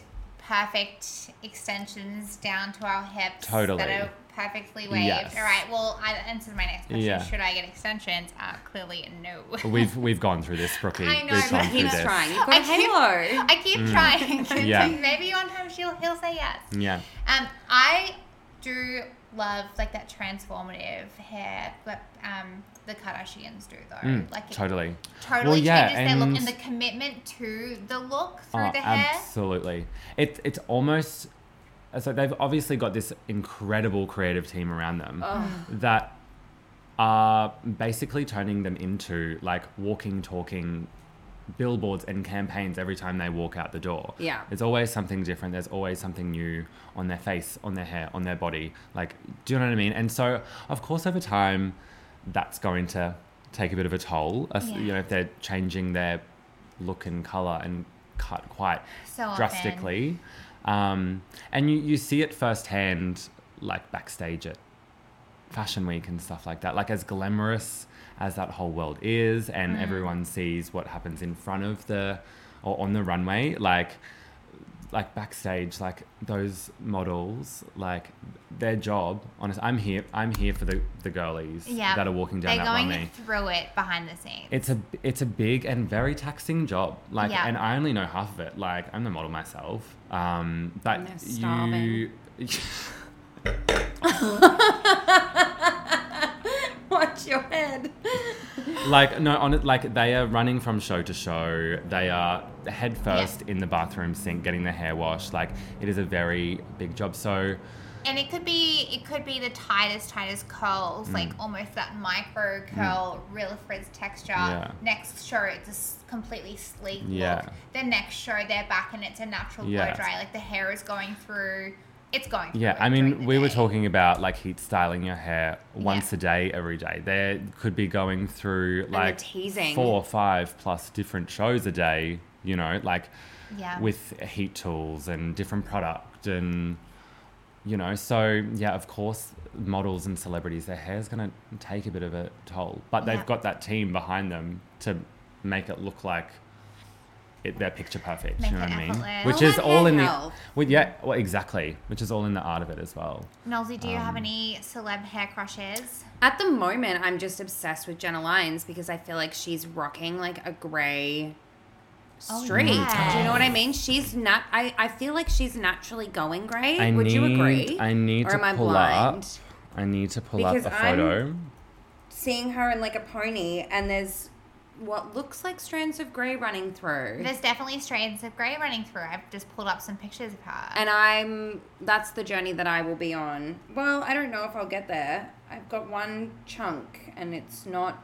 Speaker 2: perfect extensions down to our hips
Speaker 3: Totally.
Speaker 2: that are perfectly waved.
Speaker 3: Yes.
Speaker 2: All right, well, I answered my next question.
Speaker 3: Yeah.
Speaker 2: Should I get extensions? Uh, clearly, no.
Speaker 3: We've we've gone through this, Brookie.
Speaker 2: I know,
Speaker 3: We've
Speaker 2: but
Speaker 3: gone
Speaker 2: he
Speaker 3: through
Speaker 1: Keeps
Speaker 3: this.
Speaker 1: trying. You've
Speaker 2: I
Speaker 1: got a
Speaker 2: keep-
Speaker 1: halo.
Speaker 2: I keep trying.
Speaker 3: Mm. Yeah.
Speaker 2: Maybe on time she'll, he'll say yes.
Speaker 3: Yeah.
Speaker 2: Um, I do love like that transformative hair that um, the Kardashians do though.
Speaker 3: Mm,
Speaker 2: like it
Speaker 3: totally.
Speaker 2: totally
Speaker 3: Well, yeah,
Speaker 2: changes their look and
Speaker 3: and-
Speaker 2: the commitment to the look through
Speaker 3: Oh,
Speaker 2: the hair.
Speaker 3: absolutely. It's it's almost so they've obviously got this incredible creative team around them
Speaker 1: Ugh.
Speaker 3: that are basically turning them into like walking, talking billboards and campaigns every time they walk out the door.
Speaker 1: Yeah.
Speaker 3: There's always something different. There's always something new on their face, on their hair, on their body. Like, do you know what I mean? And so, of course, over time, that's going to take a bit of a toll. as-
Speaker 2: Yeah.
Speaker 3: You know, if they're changing their look and color and cut quite
Speaker 2: So often.
Speaker 3: drastically. Um, and you, you see it firsthand, like backstage at Fashion Week and stuff like that. Like, as glamorous as that whole world is, and
Speaker 2: Mm.
Speaker 3: everyone sees what happens in front of the or on the runway, like, like backstage, like those models, like their job. Honest, I'm here. I'm here for the the girlies
Speaker 2: Yeah.
Speaker 3: that are walking down
Speaker 2: They're
Speaker 3: that
Speaker 2: going
Speaker 3: runway.
Speaker 2: through it behind the scenes.
Speaker 3: It's a it's a big and very taxing job. Like,
Speaker 2: Yeah.
Speaker 3: and I only know half of it. Like, I'm the model myself. Um, but
Speaker 1: And they're starving.
Speaker 3: you,
Speaker 1: Watch your head.
Speaker 3: like, no, on it, like they are running from show to show. They are head first in the bathroom sink, getting their hair washed. Like, it is a very big job. So,
Speaker 2: and it could be it could be the tightest, tightest
Speaker 3: Mm.
Speaker 2: curls, like almost that micro curl, real frizz texture.
Speaker 3: Yeah.
Speaker 2: Next show, it's a s- completely sleek
Speaker 3: Yeah.
Speaker 2: look. The next show, they're back and it's a natural blow
Speaker 3: Yeah.
Speaker 2: dry. Like the hair is going through. It's going. Through
Speaker 3: yeah,
Speaker 2: it
Speaker 3: I
Speaker 2: during
Speaker 3: mean,
Speaker 2: the
Speaker 3: we were
Speaker 2: day.
Speaker 3: talking about like heat styling your hair once a day, every day. They could be going through
Speaker 1: the
Speaker 3: like
Speaker 1: teasing.
Speaker 3: four or five plus different shows a day. You know, like.
Speaker 2: Yeah.
Speaker 3: with heat tools and different product and you know so yeah of course models and celebrities their hair's going to take a bit of a toll but
Speaker 2: Yeah.
Speaker 3: they've got that team behind them to make it look like it, they're picture perfect
Speaker 2: Make
Speaker 3: you know
Speaker 2: it
Speaker 3: what i mean
Speaker 2: effortless.
Speaker 3: which
Speaker 1: Well,
Speaker 3: is
Speaker 1: and
Speaker 3: all
Speaker 1: hair
Speaker 3: in the
Speaker 1: health.
Speaker 3: well, yeah well, exactly which is all in the art of it as well
Speaker 2: Nolsey, do you
Speaker 3: um,
Speaker 2: have any celeb hair crushes?
Speaker 1: At the moment, I'm just obsessed with Jenna Lyons because I feel like she's rocking like a grey
Speaker 2: Oh,
Speaker 1: streak.
Speaker 3: Mm.
Speaker 1: Do you know what I
Speaker 2: yes.
Speaker 1: mean? She's not. I, I feel like she's naturally going grey.
Speaker 3: I
Speaker 1: Would
Speaker 3: need,
Speaker 1: you agree?
Speaker 3: i need
Speaker 1: or
Speaker 3: to
Speaker 1: am I
Speaker 3: pull
Speaker 1: blind?
Speaker 3: up i need to pull
Speaker 1: Because
Speaker 3: up a
Speaker 1: I'm-
Speaker 3: photo
Speaker 1: Seeing her in like a pony, and there's what looks like strands of grey running through.
Speaker 2: There's definitely strands of grey running through. I've just pulled up some pictures of her.
Speaker 1: and I'm that's the journey that I will be on. Well, I don't know if I'll get there. I've got one chunk and it's not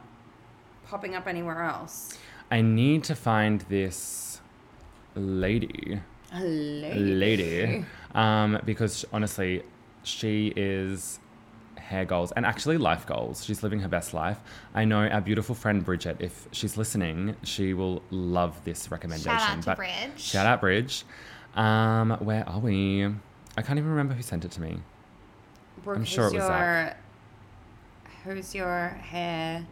Speaker 1: popping up anywhere else.
Speaker 3: i need to find this lady
Speaker 1: Hello.
Speaker 3: lady. Um, because honestly, she is hair goals and actually life goals. She's living her best life. I know our beautiful friend Bridget, if she's listening, she will love this recommendation.
Speaker 2: Shout out to
Speaker 3: But
Speaker 2: Bridge.
Speaker 3: Shout out Bridge. Um, where are we? I can't even remember who sent it to me.
Speaker 1: Brooke,
Speaker 3: I'm sure
Speaker 1: who's
Speaker 3: it was
Speaker 1: your, Who's your hair?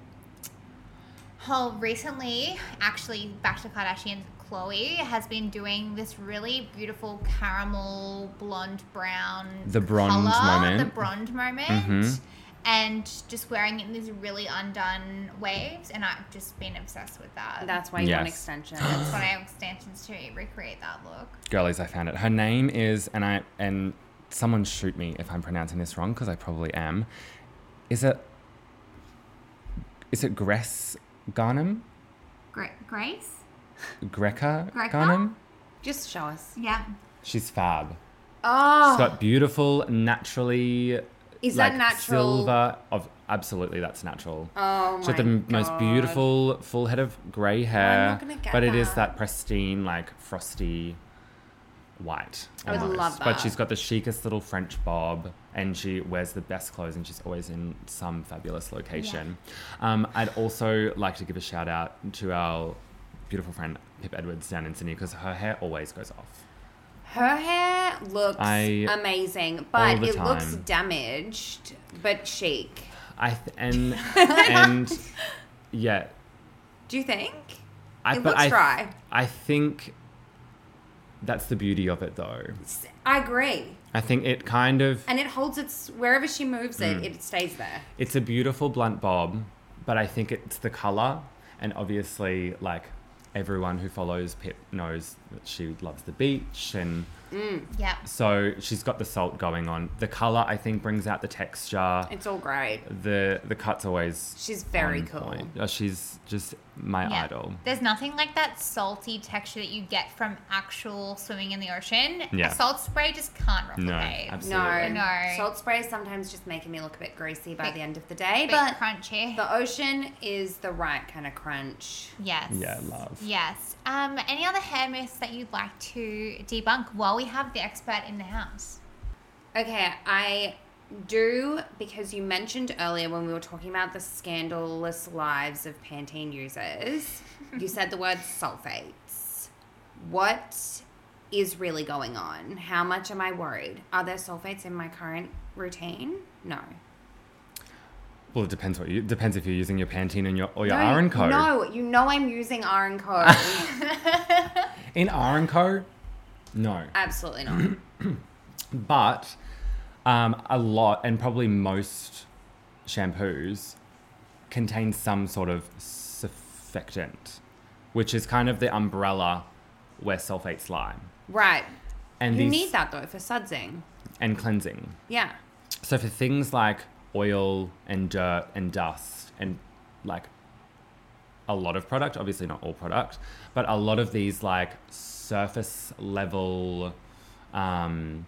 Speaker 2: Well, recently, actually, back to Kardashians, Chloe has been doing this really beautiful caramel, blonde, brown.
Speaker 3: The blonde
Speaker 2: colour, The
Speaker 3: moment.
Speaker 2: blonde moment.
Speaker 3: Mhm.
Speaker 2: And just wearing it in these really undone waves. And I've just been obsessed with that.
Speaker 1: That's why you want
Speaker 3: Yes.
Speaker 1: extensions.
Speaker 2: That's what I have extensions to recreate that look.
Speaker 3: Girlies, I found it. Her name is, and I and someone shoot me if I'm pronouncing this wrong because I probably am. Is it? Is it Gress Garnham?
Speaker 2: Grace?
Speaker 3: Greca
Speaker 2: Greca?
Speaker 3: Garnham?
Speaker 1: Just show us.
Speaker 2: Yeah.
Speaker 3: She's fab.
Speaker 1: Oh,
Speaker 3: She's got beautiful, naturally.
Speaker 1: is
Speaker 3: like,
Speaker 1: that natural?
Speaker 3: Silver. Of absolutely, that's natural.
Speaker 1: Oh my
Speaker 3: She's got the m- most
Speaker 1: God.
Speaker 3: beautiful full head of grey hair,
Speaker 1: not gonna get
Speaker 3: but it is
Speaker 1: that.
Speaker 3: that pristine, like frosty white.
Speaker 1: I would
Speaker 3: almost.
Speaker 1: love
Speaker 3: But
Speaker 1: that.
Speaker 3: she's got the chicest little French bob and she wears the best clothes and she's always in some fabulous location. Um, I'd also like to give a shout out to our beautiful friend Pip Edwards down in Sydney because her hair always goes off.
Speaker 1: Her hair looks
Speaker 3: I-
Speaker 1: amazing,
Speaker 3: all
Speaker 1: but
Speaker 3: the
Speaker 1: it looks
Speaker 3: time.
Speaker 1: damaged but chic.
Speaker 3: I th- and and yeah,
Speaker 1: Do you think?
Speaker 3: I,
Speaker 1: It
Speaker 3: but
Speaker 1: looks
Speaker 3: I,
Speaker 1: dry.
Speaker 3: I think that's the beauty of it though.
Speaker 1: S- I agree.
Speaker 3: I think it kind of
Speaker 1: And it holds its wherever she moves it,
Speaker 3: Mm.
Speaker 1: it stays there.
Speaker 3: It's a beautiful blunt bob, but I think it's the color, and obviously, like everyone who follows Pip knows that she loves the beach, and
Speaker 2: Yeah.
Speaker 3: so she's got the salt going on. The color, I think, brings out the texture.
Speaker 1: It's all great.
Speaker 3: The the cut's always
Speaker 1: She's very
Speaker 3: on
Speaker 1: cool.
Speaker 3: point. Uh, She's just my
Speaker 2: Yeah.
Speaker 3: idol.
Speaker 2: There's nothing like that salty texture that you get from actual swimming in the ocean.
Speaker 3: Yeah.
Speaker 2: A salt spray just can't replicate.
Speaker 3: No,
Speaker 1: No,
Speaker 3: absolutely.
Speaker 1: no.
Speaker 2: No.
Speaker 1: Salt spray is sometimes just making me look a bit greasy by
Speaker 2: Bit-
Speaker 1: the end of the day,
Speaker 2: Bit
Speaker 1: but
Speaker 2: crunchy.
Speaker 1: the ocean is the right kind of crunch.
Speaker 2: yes.
Speaker 3: Yeah, love.
Speaker 2: Yes. Um, any other hair myths that you'd like to debunk while we have the expert in the house?
Speaker 1: Okay, I do because you mentioned earlier when we were talking about the scandalous lives of Pantene users, you said the word sulfates. What is really going on? How much am I worried? Are there sulfates in my current routine? No.
Speaker 3: Well, it depends what you depends if you're using your Pantene and your or your
Speaker 1: no,
Speaker 3: R and Co.
Speaker 1: No, you know I'm using R and Co.
Speaker 3: In R and Co. No.
Speaker 1: Absolutely not.
Speaker 3: but um, a lot and probably most shampoos contain some sort of surfactant, which is kind of the umbrella where sulfates lie,
Speaker 1: Right.
Speaker 3: and
Speaker 1: You
Speaker 3: these
Speaker 1: need that though for sudsing.
Speaker 3: and cleansing.
Speaker 1: Yeah.
Speaker 3: So for things like oil and dirt and dust and like a lot of product, obviously not all product, but a lot of these like surface level um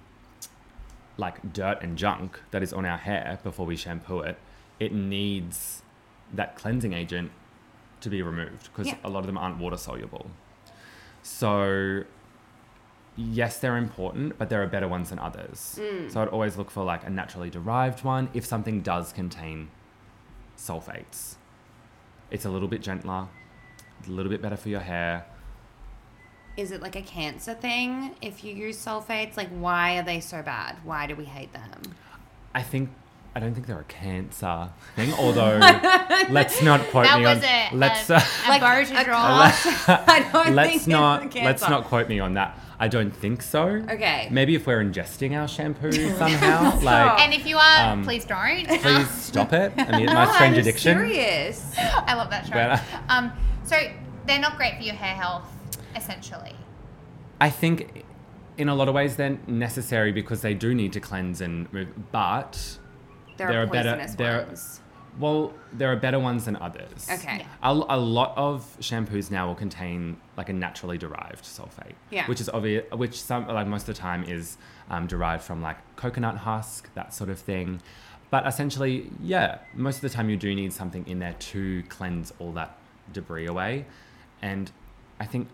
Speaker 3: like dirt and junk that is on our hair before we shampoo it, it needs that cleansing agent to be removed because
Speaker 1: Yeah.
Speaker 3: a lot of them aren't water soluble. So yes, they're important, but there are better ones than others. So I'd always look for like a naturally derived one if something does contain sulfates. It's a little bit gentler, a little bit better for your hair.
Speaker 1: Is it like a cancer thing if you use sulfates? Like, why are they so bad? Why do we hate them?
Speaker 3: I think I don't think they're a cancer thing, although let's not quote
Speaker 2: That
Speaker 3: me
Speaker 2: was
Speaker 3: on
Speaker 2: a,
Speaker 3: let's
Speaker 2: a,
Speaker 3: uh,
Speaker 2: a
Speaker 1: Like,
Speaker 2: bow
Speaker 1: a
Speaker 2: to draw.
Speaker 1: I don't think
Speaker 3: let's
Speaker 1: it's a
Speaker 3: not
Speaker 1: cancer.
Speaker 3: let's not quote me on that. I don't think so.
Speaker 1: Okay.
Speaker 3: Maybe if we're ingesting our shampoo somehow, like
Speaker 2: And if you are,
Speaker 3: Um,
Speaker 2: please don't.
Speaker 3: please stop it. I mean,
Speaker 1: No,
Speaker 3: my strange
Speaker 1: I'm
Speaker 3: addiction.
Speaker 1: Serious.
Speaker 2: I love that
Speaker 3: Well-
Speaker 2: show. Um, so they're not great for your hair health, essentially.
Speaker 3: I think in a lot of ways they're necessary because they do need to cleanse and move, but
Speaker 1: There
Speaker 3: There
Speaker 1: are
Speaker 3: are better-
Speaker 1: poisonous
Speaker 3: there are-
Speaker 1: ones.
Speaker 3: well, there are better ones than others.
Speaker 1: Okay.
Speaker 2: Yeah.
Speaker 3: A, a lot of shampoos now will contain like a naturally derived sulfate,
Speaker 1: Yeah.
Speaker 3: which is obvious, which some like most of the time is um, derived from like coconut husk, that sort of thing. But essentially, yeah, most of the time you do need something in there to cleanse all that debris away, and I think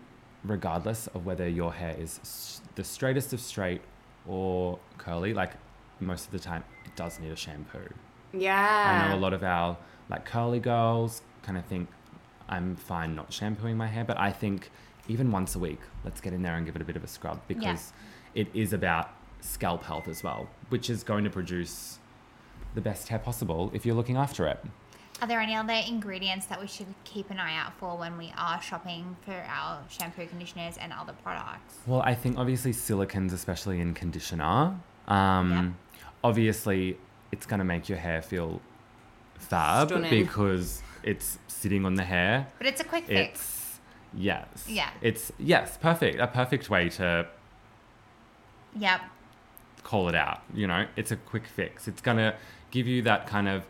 Speaker 3: regardless of whether your hair is s- the straightest of straight or curly, like most of the time it does need a shampoo. I
Speaker 1: Yeah.
Speaker 3: know a lot of our like curly girls kind of think I'm fine not shampooing my hair, but I think even once a week, let's get in there and give it a bit of a scrub because it is about scalp health as well, which is going to produce the best hair possible if you're looking after it.
Speaker 2: Are there any other ingredients that we should keep an eye out for when we are shopping for our shampoo, conditioners, and other products?
Speaker 3: Well, I think obviously silicons, especially in conditioner, um, obviously it's going to make your hair feel fab
Speaker 1: Stunning.
Speaker 3: because it's sitting on the hair.
Speaker 2: But it's a quick fix.
Speaker 3: It's yes.
Speaker 2: Yeah.
Speaker 3: It's yes, perfect. A perfect way to
Speaker 2: Yep.
Speaker 3: call it out. You know, it's a quick fix. It's gonna give you that kind of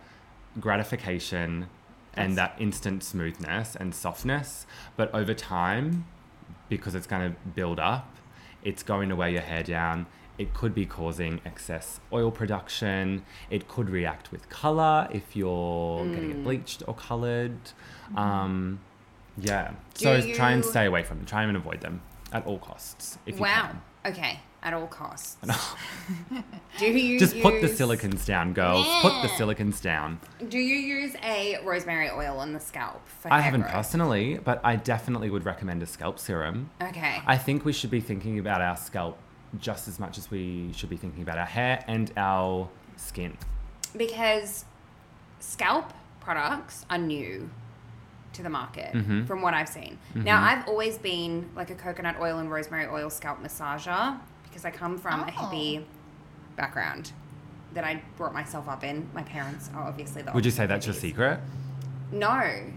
Speaker 3: gratification and that instant smoothness and softness, but over time, because it's gonna build up, it's going to wear your hair down. It could be causing excess oil production. It could react with color if you're getting
Speaker 1: Mm.
Speaker 3: it bleached or colored. Um, yeah.
Speaker 1: Do
Speaker 3: so try
Speaker 1: Mm-hmm.
Speaker 3: and
Speaker 1: you-
Speaker 3: stay away from them. Try and avoid them at all costs. If you
Speaker 1: Wow.
Speaker 3: can.
Speaker 1: Okay, at all costs. do you
Speaker 3: Just put the
Speaker 1: use-
Speaker 3: silicons down, girls. Put the silicons down.
Speaker 1: Do you use a rosemary oil on the scalp? For
Speaker 3: I
Speaker 1: hair
Speaker 3: haven't
Speaker 1: growth?
Speaker 3: personally, but I definitely would recommend a scalp serum.
Speaker 1: Okay.
Speaker 3: I think we should be thinking about our scalp just as much as we should be thinking about our hair and our skin.
Speaker 1: because scalp products are new to the market
Speaker 3: Mm-hmm.
Speaker 1: from what I've seen. Now, I've always been like a coconut oil and rosemary oil scalp massager because I come from a
Speaker 2: Oh.
Speaker 1: hippie background that I brought myself up in. My parents are obviously the
Speaker 3: Would you say that's your
Speaker 1: hippies.
Speaker 3: secret?
Speaker 1: No.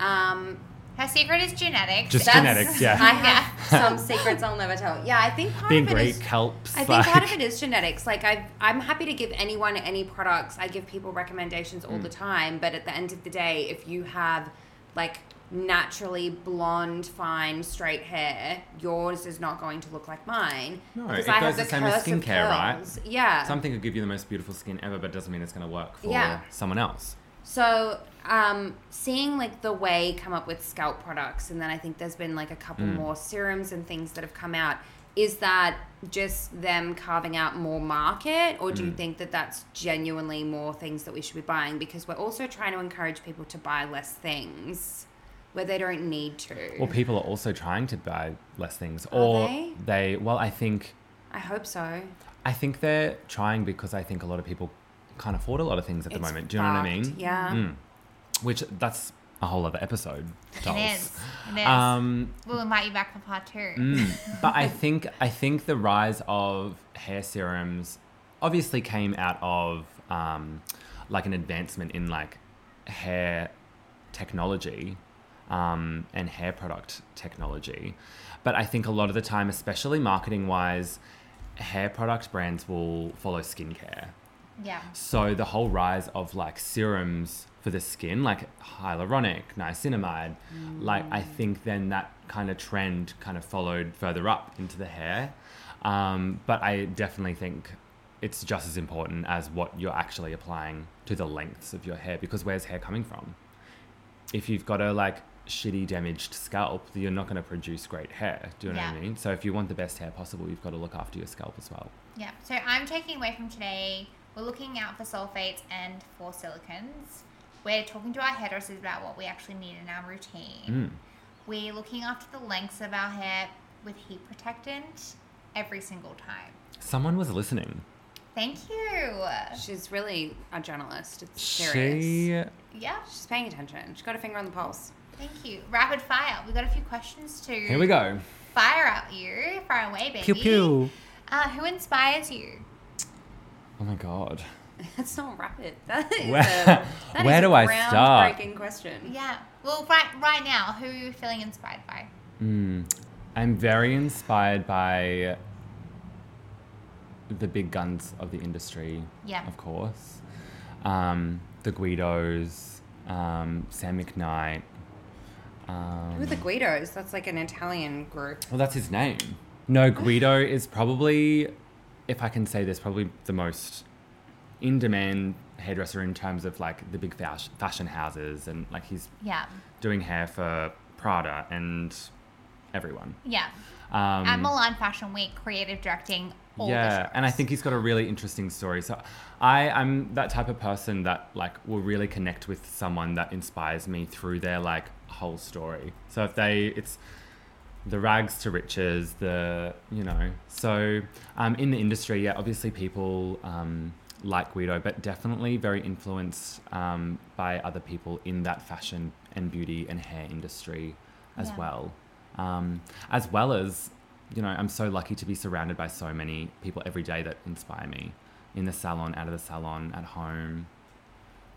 Speaker 1: Um,
Speaker 2: Her secret is genetics.
Speaker 3: Just
Speaker 1: that's-
Speaker 3: genetics, yeah.
Speaker 1: I have some secrets I'll never tell. Yeah, I think part
Speaker 3: Being
Speaker 1: of it
Speaker 3: Greek
Speaker 1: is-
Speaker 3: helps.
Speaker 1: I think
Speaker 3: like,
Speaker 1: part of it is genetics. Like I, I'm happy to give anyone any products. I give people recommendations all the
Speaker 3: Mm.
Speaker 1: time, but at the end of the day, if you have like naturally blonde, fine, straight hair, yours is not going to look like mine.
Speaker 3: No,
Speaker 1: because
Speaker 3: it goes the same as
Speaker 1: curse of
Speaker 3: skincare, right?
Speaker 1: curls. Yeah.
Speaker 3: Something could give you the most beautiful skin ever, but it doesn't mean it's going to work for
Speaker 1: Yeah.
Speaker 3: someone else.
Speaker 1: So, um, seeing like the way come up with scalp products, and then I think there's been like a couple
Speaker 3: Mm.
Speaker 1: more serums and things that have come out. Is that just them carving out more market, or do
Speaker 3: Mm.
Speaker 1: you think that that's genuinely more things that we should be buying? Because we're also trying to encourage people to buy less things where they don't need to.
Speaker 3: Well, people are also trying to buy less things,
Speaker 1: Are
Speaker 3: or
Speaker 1: they?
Speaker 3: they. Well, I think
Speaker 1: I hope so.
Speaker 3: I think they're trying because I think a lot of people can't afford a lot of things at the
Speaker 1: It's
Speaker 3: moment. Do you know what I
Speaker 1: fucked,
Speaker 3: mean?
Speaker 1: Yeah.
Speaker 3: Mm. Which that's a whole other episode. dolls.
Speaker 2: It is. It is.
Speaker 3: Um,
Speaker 2: we'll invite you back for part two.
Speaker 3: Mm. but I think I think the rise of hair serums obviously came out of um, like an advancement in like hair technology um, and hair product technology. But I think a lot of the time, especially marketing wise, hair product brands will follow skincare.
Speaker 2: Yeah.
Speaker 3: So the whole rise of like serums for the skin, like hyaluronic, niacinamide, like I think then that kind of trend kind of followed further up into the hair. Um, but I definitely think it's just as important as what you're actually applying to the lengths of your hair because where's hair coming from? If you've got a like shitty damaged scalp, you're not going to produce great hair. Do you know what
Speaker 2: Yeah.
Speaker 3: I mean? So if you want the best hair possible, you've got to look after your scalp as well.
Speaker 2: Yeah. So I'm taking away from today. We're looking out for sulfates and for silicons. We're talking to our hairdressers about what we actually need in our routine.
Speaker 3: Mm.
Speaker 2: We're looking after the lengths of our hair with heat protectant every single time.
Speaker 3: Someone was listening.
Speaker 2: Thank you.
Speaker 1: She's really a journalist. It's serious.
Speaker 3: She
Speaker 2: Yeah.
Speaker 1: She's paying attention. She's got a finger on the pulse.
Speaker 2: Thank you. Rapid fire. We got a few questions to
Speaker 3: Here we go.
Speaker 2: fire at you, fire away, baby. Uh, who inspires you?
Speaker 3: Oh my god.
Speaker 1: That's not rapid. That is
Speaker 3: Where-
Speaker 1: a, that is
Speaker 3: where
Speaker 1: a
Speaker 3: do I start?
Speaker 1: groundbreaking question.
Speaker 2: Yeah. Well, right right now, who are you feeling inspired by?
Speaker 3: Mm. I'm very inspired by the big guns of the industry.
Speaker 2: Yeah.
Speaker 3: Of course. Um, the Guidos, um, Sam McKnight. Um,
Speaker 1: Who are the Guidos? That's like an Italian group.
Speaker 3: well, that's his name. No, Guido is probably, if I can say this, probably the most in demand hairdresser in terms of like the big fash- fashion houses and like he's
Speaker 2: Yeah.
Speaker 3: doing hair for Prada and everyone.
Speaker 2: Yeah.
Speaker 3: Um,
Speaker 2: At Milan Fashion Week, creative directing all the
Speaker 3: yeah,
Speaker 2: shows.
Speaker 3: and I think he's got a really interesting story. So I, I'm that type of person that like will really connect with someone that inspires me through their like whole story. So if they, it's the rags to riches, the you know. So um, in the industry, yeah, obviously people um, like Guido, but definitely very influenced um, by other people in that fashion and beauty and hair industry as
Speaker 2: Yeah.
Speaker 3: well. Um, as well as, you know, I'm so lucky to be surrounded by so many people every day that inspire me in the salon, out of the salon, at home.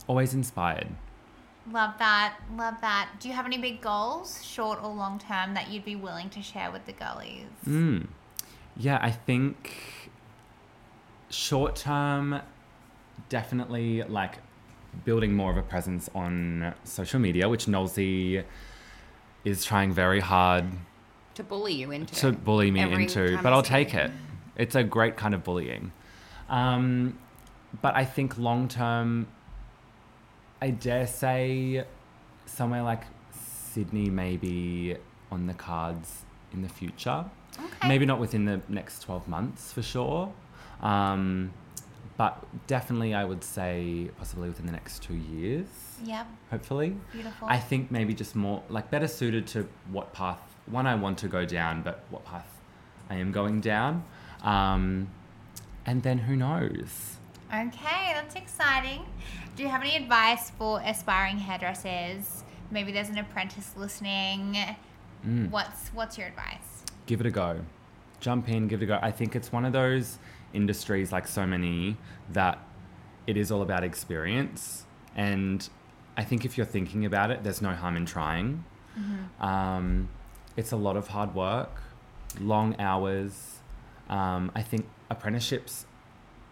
Speaker 3: Always inspired.
Speaker 2: Love that. Love that. Do you have any big goals, short or long term, that you'd be willing to share with the girlies?
Speaker 1: Hmm.
Speaker 3: Mm. Yeah, I think short term, definitely like building more of a presence on social media, which Nolsey is trying very hard
Speaker 1: To bully you into.
Speaker 3: to bully me
Speaker 1: Every
Speaker 3: into,
Speaker 1: time
Speaker 3: but
Speaker 1: I
Speaker 3: I'll
Speaker 1: see
Speaker 3: take
Speaker 1: you.
Speaker 3: it. It's a great kind of bullying. Um, but I think long term, I dare say somewhere like Sydney maybe on the cards in the future.
Speaker 2: Okay.
Speaker 3: Maybe not within the next 12 months for sure. Um, but definitely, I would say possibly within the next two years,
Speaker 2: Yep.
Speaker 3: hopefully.
Speaker 2: Beautiful.
Speaker 3: I think maybe just more like better suited to what path one I want to go down, but what path I am going down. Um, and then who knows?
Speaker 2: Okay, that's exciting. Do you have any advice for aspiring hairdressers? Maybe there's an apprentice listening.
Speaker 3: Mm.
Speaker 2: What's what's your advice?
Speaker 3: give it a go. Jump in, give it a go. I think it's one of those industries, like so many, that it is all about experience. And I think if you're thinking about it, there's no harm in trying. Um, it's a lot of hard work, long hours. Um, I think apprenticeships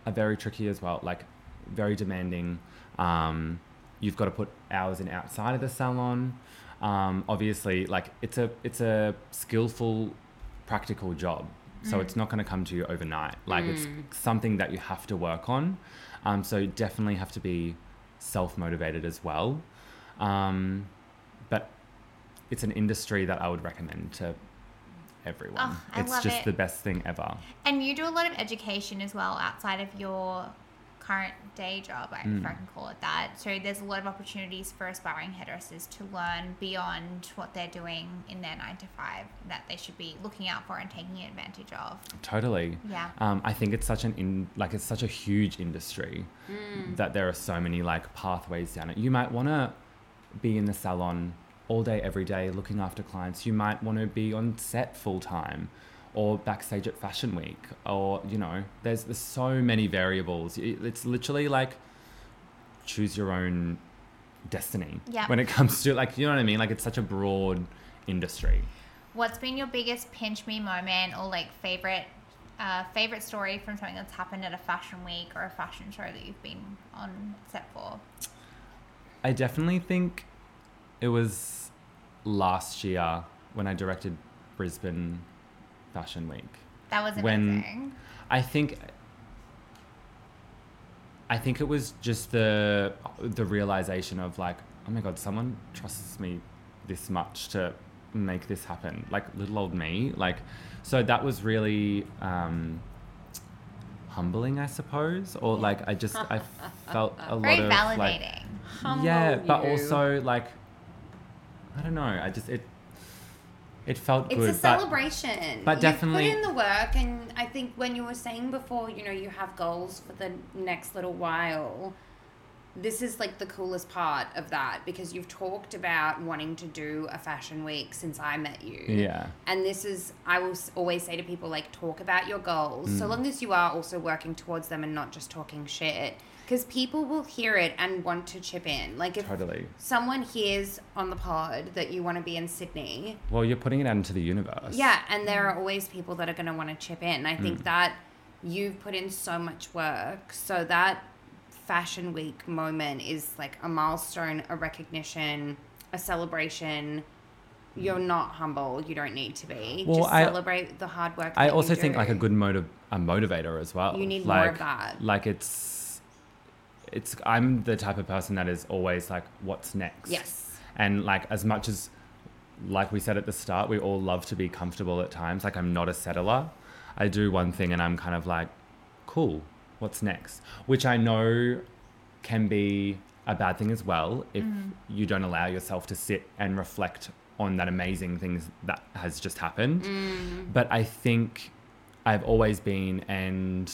Speaker 3: are very tricky as well, like very demanding. Um, you've got to put hours in outside of the salon. Um, obviously, like it's a it's a skillful, practical job,
Speaker 2: Mm.
Speaker 3: so it's not going to come to you overnight. Like it's something that you have to work on. Um, so you definitely have to be self motivated as well. Um, but it's an industry that I would recommend to everyone.
Speaker 2: Oh, I
Speaker 3: it's
Speaker 2: love
Speaker 3: just
Speaker 2: it.
Speaker 3: the best thing ever.
Speaker 2: And you do a lot of education as well outside of your current day job, I-
Speaker 3: Mm.
Speaker 2: if I can call it that. So there's a lot of opportunities for aspiring hairdressers to learn beyond what they're doing in their nine to five that they should be looking out for and taking advantage of.
Speaker 3: Totally.
Speaker 2: Yeah.
Speaker 3: Um, I think it's such an in, like it's such a huge industry
Speaker 2: Mm.
Speaker 3: that there are so many like pathways down it. You might want to be in the salon all day every day looking after clients. You might want to be on set full time or backstage at fashion week or you know there's there's so many variables. It- It's literally like choose your own destiny
Speaker 2: Yeah.
Speaker 3: when it comes to like you know what I mean? Like it's such a broad industry.
Speaker 2: What's been your biggest pinch me moment or like favorite uh, favorite story from something that's happened at a fashion week or a fashion show that you've been on set for?
Speaker 3: I definitely think it was last year when I directed Brisbane Fashion Week.
Speaker 2: That was
Speaker 3: When-
Speaker 2: amazing.
Speaker 3: I think I think it was just the the realization of like, oh my god, someone trusts me this much to make this happen. Like little old me, like so that was really um, humbling, I suppose, or like I just I felt a
Speaker 2: Very
Speaker 3: lot of
Speaker 2: validating.
Speaker 3: like yeah, but also like, I don't know. I just it it felt
Speaker 1: It's
Speaker 3: good.
Speaker 1: a celebration.
Speaker 3: but
Speaker 1: You've
Speaker 3: definitely-
Speaker 1: put in the work, and I think when you were saying before, you know, you have goals for the next little while. This is like the coolest part of that because you've talked about wanting to do a fashion week since I met you.
Speaker 3: But yeah,
Speaker 1: And this is, I will s- always say to people, like, talk about your goals, so long as you are also working towards them and not just talking shit. Because people will hear it and want to chip in. Like, if
Speaker 3: totally.
Speaker 1: someone hears on the pod that you want to be in Sydney,
Speaker 3: Well, you're putting it out into the universe.
Speaker 1: yeah, and there
Speaker 3: Mm.
Speaker 1: are always people that are going to want to chip in. I think that you've put in so much work. So that fashion week moment is like a milestone, a recognition, a celebration. You're not humble. You don't need to be.
Speaker 3: Mm. Well,
Speaker 1: Just
Speaker 3: I-
Speaker 1: celebrate the hard work. that
Speaker 3: I
Speaker 1: you
Speaker 3: also think like a
Speaker 1: do.
Speaker 3: good motive, a motivator as well.
Speaker 1: You need
Speaker 3: like,
Speaker 1: more of that.
Speaker 3: Like it's, it's. I'm the type of person that is always like, what's next?
Speaker 1: Yes.
Speaker 3: And like as much as, like we said at the start, we all love to be comfortable at times. Like I'm not a settler. I do one thing and I'm kind of like, cool. What's next? Which I know can be a bad thing as well if you don't allow yourself to sit and reflect on that amazing things that has just happened. But I think I've always been, and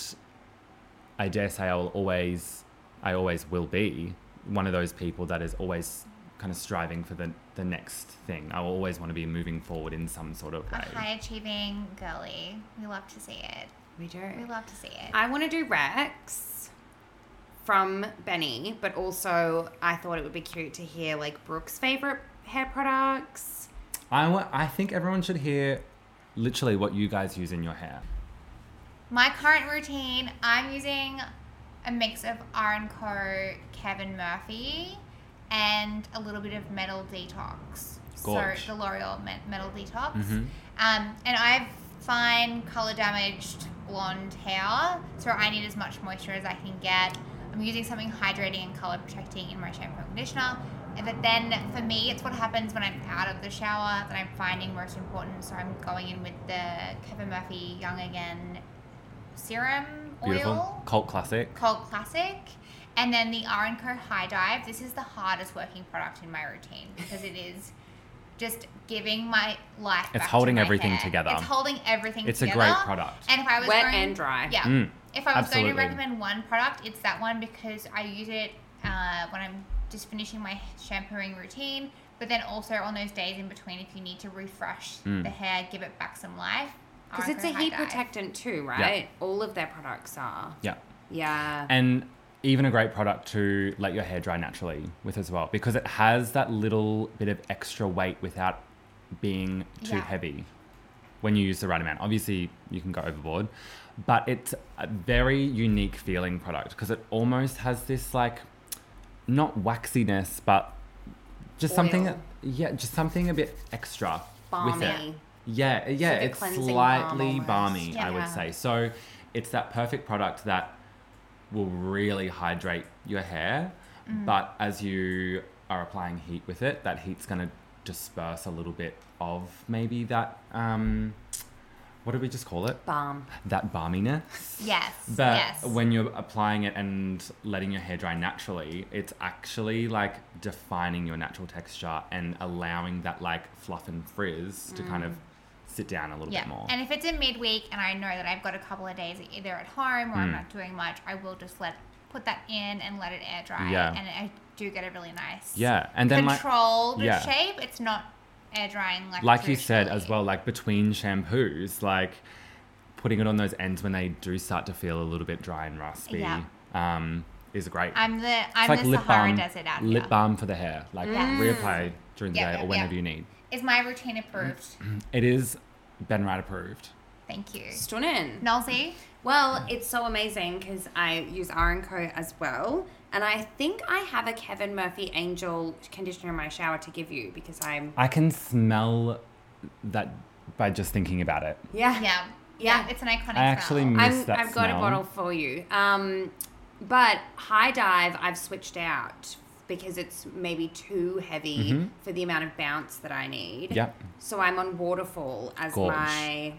Speaker 3: I dare say I will always, I always will be one of those people that is always kind of striving for the, the next thing. I will always want to be moving forward in some sort of
Speaker 2: A
Speaker 3: way.
Speaker 2: high achieving girly. We love to see it.
Speaker 1: We do.
Speaker 2: We love to see it.
Speaker 1: I want to do Rex from Benny, but also I thought it would be cute to hear like Brooke's favorite hair products.
Speaker 3: I, wa- I think everyone should hear literally what you guys use in your hair.
Speaker 2: My current routine, I'm using a mix of R & Co, Kevin Murphy, and a little bit of Metal Detox.
Speaker 3: Gorge.
Speaker 2: So the L'Oreal Me- Metal Detox.
Speaker 3: Mhm.
Speaker 2: Um, and I have fine color damaged blonde hair, so I need as much moisture as I can get. I'm using something hydrating and color protecting in my shampoo and conditioner. But then for me, it's what happens when I'm out of the shower that I'm finding most important. So I'm going in with the Kevin Murphy Young Again serum
Speaker 3: Beautiful.
Speaker 2: oil,
Speaker 3: Cult classic.
Speaker 2: Cold Classic, and then the R and Co High Dive. This is the hardest working product in my routine because it is just giving my life.
Speaker 3: It's
Speaker 2: back to
Speaker 3: holding
Speaker 2: my
Speaker 3: everything
Speaker 2: hair.
Speaker 3: together.
Speaker 2: It's holding everything
Speaker 3: It's a
Speaker 2: together.
Speaker 3: great product.
Speaker 2: And if I was
Speaker 1: Wet
Speaker 2: going,
Speaker 1: and dry.
Speaker 2: yeah.
Speaker 3: Mm.
Speaker 2: If I was
Speaker 3: Absolutely.
Speaker 2: going to recommend one product, it's that one because I use it uh, when I'm just finishing my shampooing routine, but then also on those days in between if you need to refresh
Speaker 3: Mm.
Speaker 2: the hair, give it back some life.
Speaker 1: Because
Speaker 2: Arenco
Speaker 1: it's a heat
Speaker 2: High Dive.
Speaker 1: protectant too, right? All of their products are.
Speaker 3: Yeah.
Speaker 1: Yeah.
Speaker 3: And even a great product to let your hair dry naturally with as well, because it has that little bit of extra weight without being too
Speaker 2: Yeah.
Speaker 3: heavy when you use the right amount. Obviously, you can go overboard, but it's a very unique feeling product because it almost has this like not waxiness, but just something,
Speaker 1: Oil.
Speaker 3: yeah, just something a bit extra with it.
Speaker 1: Balmy.
Speaker 3: Yeah, yeah,
Speaker 1: like a
Speaker 3: it's
Speaker 1: cleansing
Speaker 3: slightly
Speaker 1: balm
Speaker 3: balmy,
Speaker 1: almost.
Speaker 3: I would
Speaker 1: Yeah.
Speaker 3: say. So it's that perfect product that will really hydrate your hair,
Speaker 1: Mm.
Speaker 3: but as you are applying heat with it, that heat's going to disperse a little bit of maybe that um what did we just call it?
Speaker 1: Balm.
Speaker 3: That balminess.
Speaker 2: Yes.
Speaker 3: But
Speaker 2: yes.
Speaker 3: when you're applying it and letting your hair dry naturally, it's actually like defining your natural texture and allowing that like fluff and frizz to kind of sit down a little
Speaker 2: Mm. yeah.
Speaker 3: bit more.
Speaker 2: And if it's in midweek and I know that I've got a couple of days either at home or
Speaker 3: Hmm.
Speaker 2: I'm not doing much, I will just let put that in and let it air dry.
Speaker 3: Yeah.
Speaker 2: And I do get a really nice
Speaker 3: yeah, and then like
Speaker 2: controlled
Speaker 3: yeah.
Speaker 2: shape. It's not air drying like
Speaker 3: like you said as
Speaker 2: traditionally.
Speaker 3: well, like between shampoos, like putting it on those ends when they do start to feel a little bit dry and raspy
Speaker 2: Yeah.
Speaker 3: um, is great.
Speaker 2: I'm the
Speaker 3: it's
Speaker 2: I'm
Speaker 3: like
Speaker 2: the
Speaker 3: lip
Speaker 2: Sahara
Speaker 3: balm,
Speaker 2: Desert out
Speaker 3: lip
Speaker 2: here.
Speaker 3: balm for the hair. Like
Speaker 2: Yes.
Speaker 3: reapply during the
Speaker 2: Yeah,
Speaker 3: day
Speaker 2: yeah,
Speaker 3: or
Speaker 2: yeah.
Speaker 3: whenever you need.
Speaker 2: Is my routine approved?
Speaker 3: It is Ben Wright approved.
Speaker 2: Thank you.
Speaker 1: Stunning.
Speaker 2: Nolsey?
Speaker 1: Well, it's so amazing because I use R and Co as well, and I think I have a Kevin Murphy Angel conditioner in my shower to give you because I'm
Speaker 3: I can smell that by just thinking about it.
Speaker 1: yeah
Speaker 2: Yeah.
Speaker 1: Yeah.
Speaker 2: It's an iconic
Speaker 3: I actually
Speaker 2: smell.
Speaker 3: miss
Speaker 1: I'm,
Speaker 3: that
Speaker 1: I've got a
Speaker 3: smell.
Speaker 1: bottle for you. Um, but high dive I've switched out because it's maybe too heavy
Speaker 3: Mm-hmm.
Speaker 1: for the amount of bounce that I need.
Speaker 3: Yep.
Speaker 1: So I'm on waterfall as
Speaker 3: Gorge.
Speaker 1: my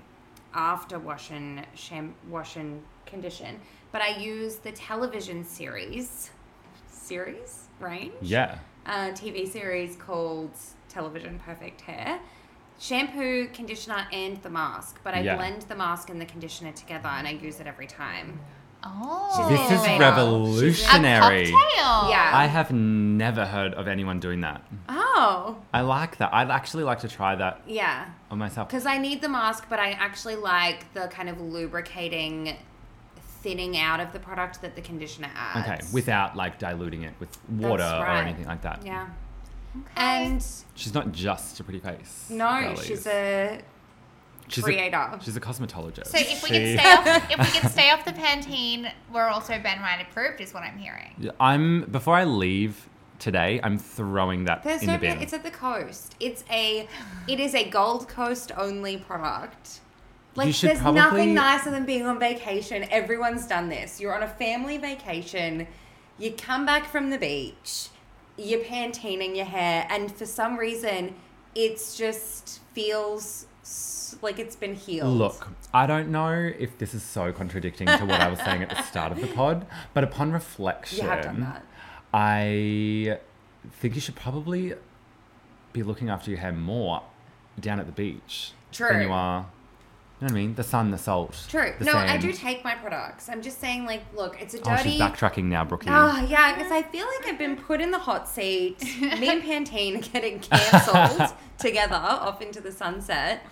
Speaker 1: after wash and sham- wash and condition, but I use the television series series range
Speaker 3: Yeah.
Speaker 1: uh, TV series called Television Perfect Hair. Shampoo, conditioner, and the mask, but I
Speaker 3: Yeah.
Speaker 1: blend the mask and the conditioner together, and I use it every time.
Speaker 2: Oh.
Speaker 1: She's
Speaker 3: This is
Speaker 1: innovative.
Speaker 3: revolutionary.
Speaker 2: A cocktail.
Speaker 1: Yeah.
Speaker 3: I have never heard of anyone doing that.
Speaker 1: Oh,
Speaker 3: I like that. I'd actually like to try that
Speaker 1: yeah,
Speaker 3: on myself.
Speaker 1: because I need the mask, but I actually like the kind of lubricating, thinning out of the product that the conditioner
Speaker 3: Okay,
Speaker 1: adds.
Speaker 3: without like diluting it with water
Speaker 1: right.
Speaker 3: or anything like that.
Speaker 1: yeah,
Speaker 2: Okay.
Speaker 1: and
Speaker 3: She's not just a pretty face.
Speaker 1: no,
Speaker 3: girlies.
Speaker 1: she's a
Speaker 3: She's
Speaker 1: creator.
Speaker 3: she's a cosmetologist.
Speaker 2: So if we
Speaker 3: She-
Speaker 2: can stay off, if we can stay off the Pantene, we're also Ben Ryan approved, is what I'm hearing.
Speaker 3: I'm before I leave today, I'm throwing that
Speaker 1: There's
Speaker 3: in
Speaker 1: no,
Speaker 3: the bin.
Speaker 1: it's at the coast. It's a, it is a Gold Coast only product. Like
Speaker 3: You should
Speaker 1: there's
Speaker 3: probably-
Speaker 1: nothing nicer than being on vacation. Everyone's done this. You're on a family vacation. You come back from the beach. You're pantining your hair, and for some reason, it's just feels s- like it's been healed.
Speaker 3: Look, I don't know if this is so contradicting to what I was saying at the start of the pod, but upon reflection,
Speaker 1: you have done that.
Speaker 3: I think you should probably be looking after your hair more down at the beach than
Speaker 1: True.
Speaker 3: you are. You know what I mean? The sun, the salt.
Speaker 1: True.
Speaker 3: the
Speaker 1: no, I
Speaker 3: sand.
Speaker 1: do take my products. I'm just saying, like, look, it's a
Speaker 3: Oh,
Speaker 1: dirty.
Speaker 3: she's backtracking now, Brookie.
Speaker 1: Oh, yeah, because I feel like I've been put in the hot seat. Me and Pantene are getting cancelled together off into the sunset.